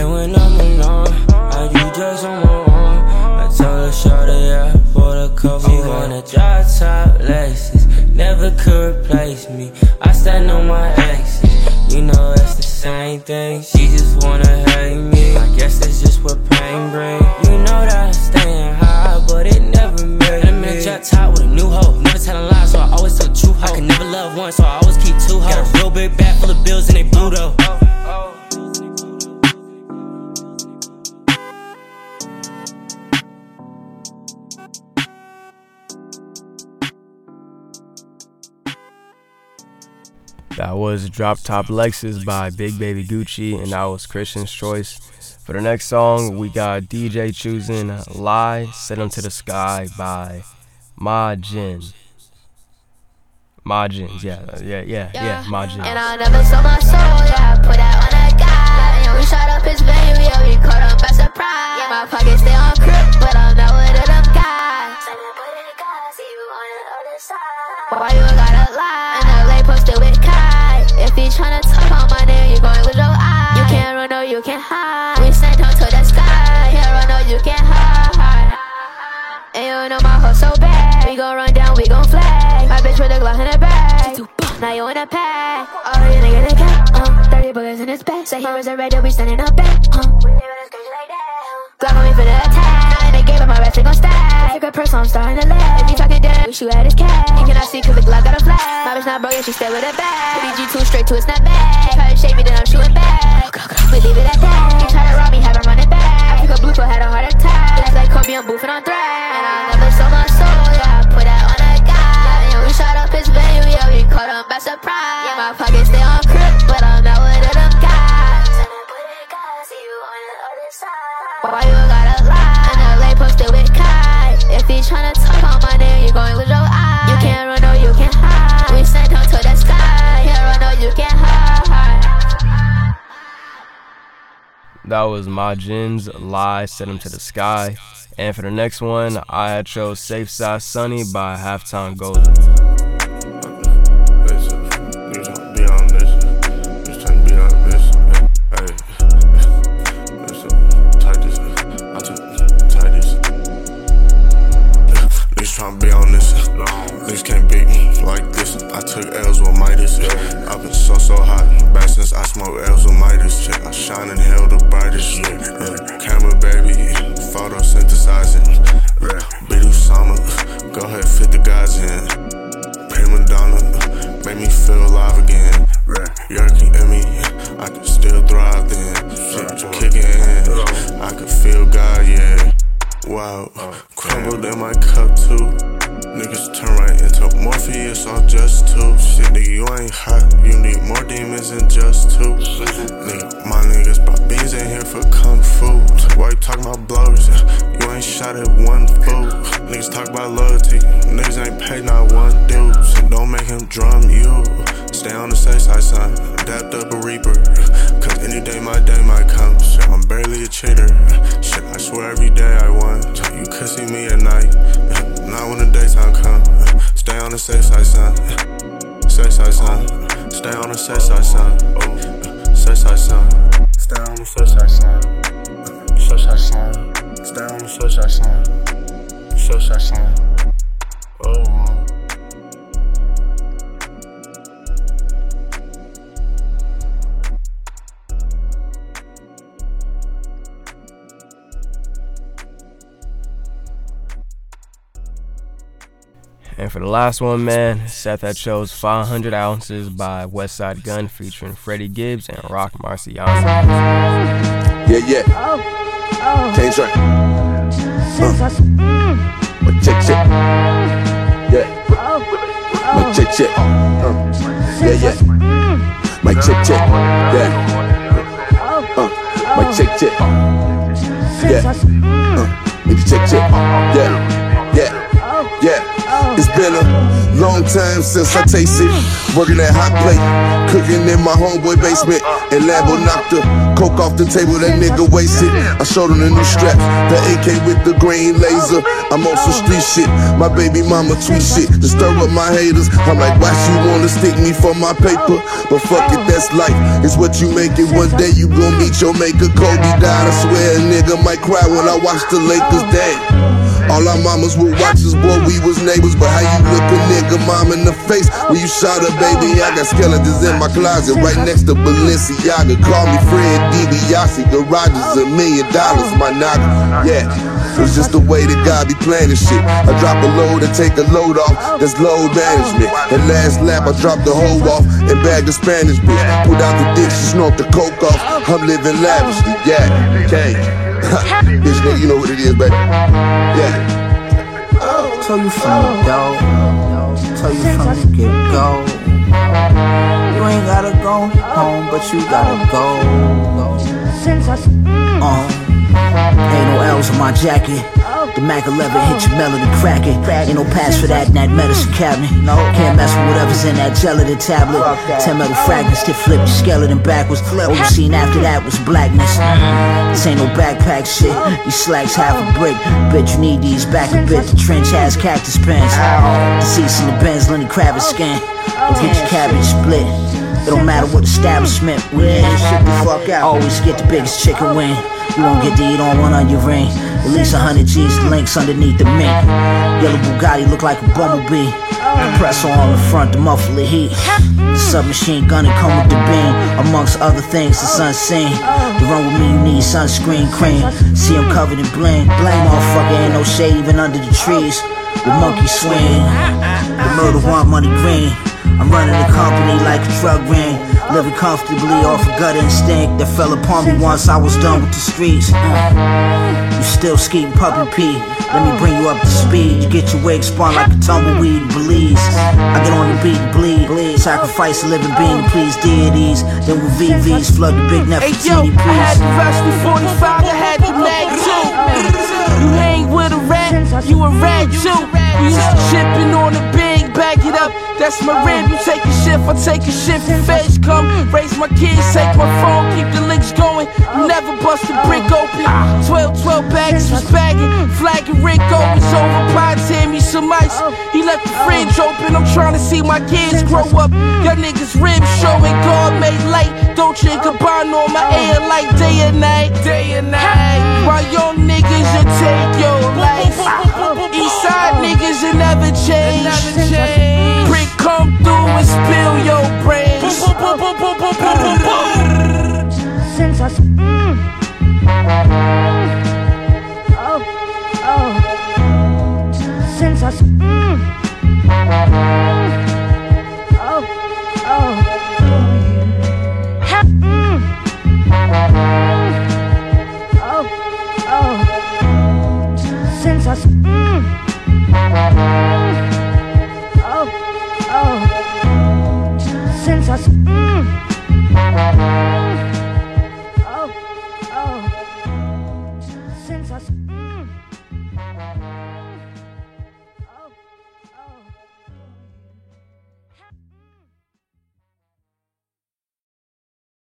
K: And when I'm alone, I do drugs on my own. I told her shorty yeah for the cover. She wanna drop top laces, never could replace me. I stand on my exes, you know that's the same thing. She just wanna hate me. I guess that's just what pain brings. You know that I'm staying high, but it never made I'm in a drop top with a new hoe. Never telling lies, so I always tell the truth. hoe. I can never love one, so I always keep two hoes. Got a real big bag full of bills and they blue though. oh.
D: That was Drop Top Lexus by Big Baby Gucci, and that was Christian's choice. For the next song, we got DJ choosing Lie, Set 'em to the Sky by Ma Jin. Ma Jin, yeah, yeah, yeah, yeah, Ma Jin.
L: And I never sold my soul, yeah. I put that on a guy. And we shot up his van, we already caught up by surprise. Yeah, my pockets stay on crib, but I'm not one of them guys. Why you gotta lie? And LA posted with Kai. If you tryna talk on my name, you going with your eye. You can't run, no, you can't hide. We sent her to the sky. Can't run, no, you can't hide. And you know my hoe so bad. We gon' run down, we gon' flag. My bitch with a Glock in the bag. Now you in a pack. All you niggas they cat. Uh, 30 bullets in his back. Say heroes are red, we standing up back. Uh, we live in a scourge like that. Glock on me for the attack. Now in the game, but my rest ain't gon' stack. Took a purse, so I'm starting to laugh. If you talking down, we shoot at his cat. And can I see, cause the Glock got a flag. My bitch not broke, yeah, she stay with a bag. BG2 straight to his snapback. Try to shake me, then I'm shooting back. We leave it at that. You try to rob me, have him running back. I took a blue pill, had a heart attack. It's like Kobe, I'm boofing on threat. And I never sold my soul, yeah. I put that on a guy. And we shot up his venue, yeah. We caught him by surprise. Yeah, my pockets stay on crib, but I'm not one of them guys. Why you gotta lie? And LA posted with Kai. If you tryna talk on my name, you going with your eye. You can't run, no, you can't hide. We sent him to the sky. Can't
M: That was my gins, lie, send 'em to the sky. And for the next one, I had chose Safe Side Sunny by Halftime Golden.
I: be on this. Just trying to be on this. Hey, listen, Titus. I took Titus. Niggas trying to be on this. Niggas can't beat me like this. I took L's with Midas. I've been so, so hot. Back since I smoked L's with Midas. Shit, I shine in hell the brightest. Yeah. Yeah. Camera, baby. Photosynthesizing. Beat Usama. Go ahead, fit the guys in. Prima Donna. Make me feel alive again. Y'all can in me, I can still thrive then. Shit, kicking in, I can feel God, yeah. Wow, crumbled in my cup too. Niggas turn right into Morpheus, all just two. Shit, nigga, you ain't hot. You need more demons than just two. Nigga, my niggas brought beans in here for kung fu. Why you talking about blows? You ain't shot at one fool. Niggas talk about loyalty. Niggas ain't paid not one dude. So don't make him drum you. Stay on the safe side, son. Adapt up a reaper. Cause any day my day might come. Shit, I'm barely a cheater. Shit, I swear every day I won. You could see me at night. Not when the daytime come. Stay on the safe side, son. Safe side, son. Stay on the safe side, son. Safe side, son. Stay on the safe side, son. Safe side, son. Stay on the safe side, son. Safe side, son. Oh. um,
M: And for the last one, man, Seth that chose 500 Ounces by Westside Gun featuring Freddie Gibbs and Rock Marciano.
N: Yeah, yeah. Change right. Uh. My check, check. Yeah. My check, check. Uh. Yeah, yeah. My check, check. Yeah. Uh. My check, check. Yeah. Uh. Make you check, check. Yeah. Yeah.
O: Oh.
N: Yeah. It's been a long time since I tasted working that hot plate, cooking in my homeboy basement. And Lambo knocked the coke off the table, that nigga wasted. I showed him the new straps, the AK with the green laser. I'm on some street shit, my baby mama tweet shit to stir up my haters. I'm like, why she wanna stick me for my paper? But fuck it, that's life. It's what you make it. One day you gon' meet your maker. Kobe died. I swear a nigga might cry when I watch the Lakers. Dang. All our mamas were watchers, boy, we was neighbors. But how you look a nigga mom in the face when you shot a baby? I got skeletons in my closet right next to Balenciaga. Call me Fred DiBiase, garage is a million dollars, my nigga. Yeah. It's just the way that God be playing this shit. I drop a load and take a load off, that's load management. And last lap, I dropped the hoe off and bagged the Spanish bitch. Pulled out the dick, she snorted the coke off. I'm living lavishly, yeah, okay. bitch, nigga, you know what it is, baby. Yeah.
O: Tell you from the door. Tell you from the get go. You ain't gotta go home, but you gotta go. Uh,
P: Ain't no L's on my jacket. The Mac 11 hit your melody cracking. Ain't no pass for that in that medicine cabinet. No, can't mess with whatever's in that gelatin tablet. Ten metal fragments that flip your skeleton backwards. All you seen after that was blackness. This ain't no backpack shit. These slacks half a brick. Bitch, you need these back a bit. The trench has cactus pants. Deceased in the Benz, Lenny Kravitz skin. Don't get your cabbage split. It don't matter what establishment we in. Shit the fuck out. Always get the biggest chicken wing. You won't get to eat on one onion ring. At least a hundred G's links underneath the mint. Yellow Bugatti look like a bumblebee. Compressor on the front, the muffler heat. The submachine gun and come with the beam. Amongst other things, it's unseen. The run with me, you need sunscreen cream. See him covered in bling. Blame motherfucker, ain't no shade even under the trees. The monkey swing. The murder want money green. I'm running the company like a drug ring. Living comfortably off a gut instinct that fell upon me once I was done with the streets. Mm. You still skating puppy pee. Let me bring you up to speed. You get your wig spun like a tumbleweed in Belize. I get on the beat and bleed. bleed. Sacrifice a living being to please deities. Then with VVs flood the big net
O: Hey
P: for
O: yo,
P: TDPs.
O: I had to rush me 45, I had to mag too. You hang with a rat, you a rat too. We used to chipping on the big
Q: bag it up. That's my rim. You take a shift, I take a shift. Feds come, raise my kids, take my phone, keep the links going. You never bust a brick open. 12, 12 bags was bagging. Flagging Rick Owens over by Tammy some ice. He left the fridge open. I'm trying to see my kids grow up. Y'all niggas ribs showing God made light. Dolce and Gabbana on my air like day and night. Day and night. While your niggas will take your life. Eastside niggas will never change. Brick come through and spill your brains.
O: Since I s- mm. Oh, oh. Since I s- mm. Oh, oh. Ha- mm. Oh, oh. Since I s- mm. Oh, oh. Since I s- mm. Oh, mm.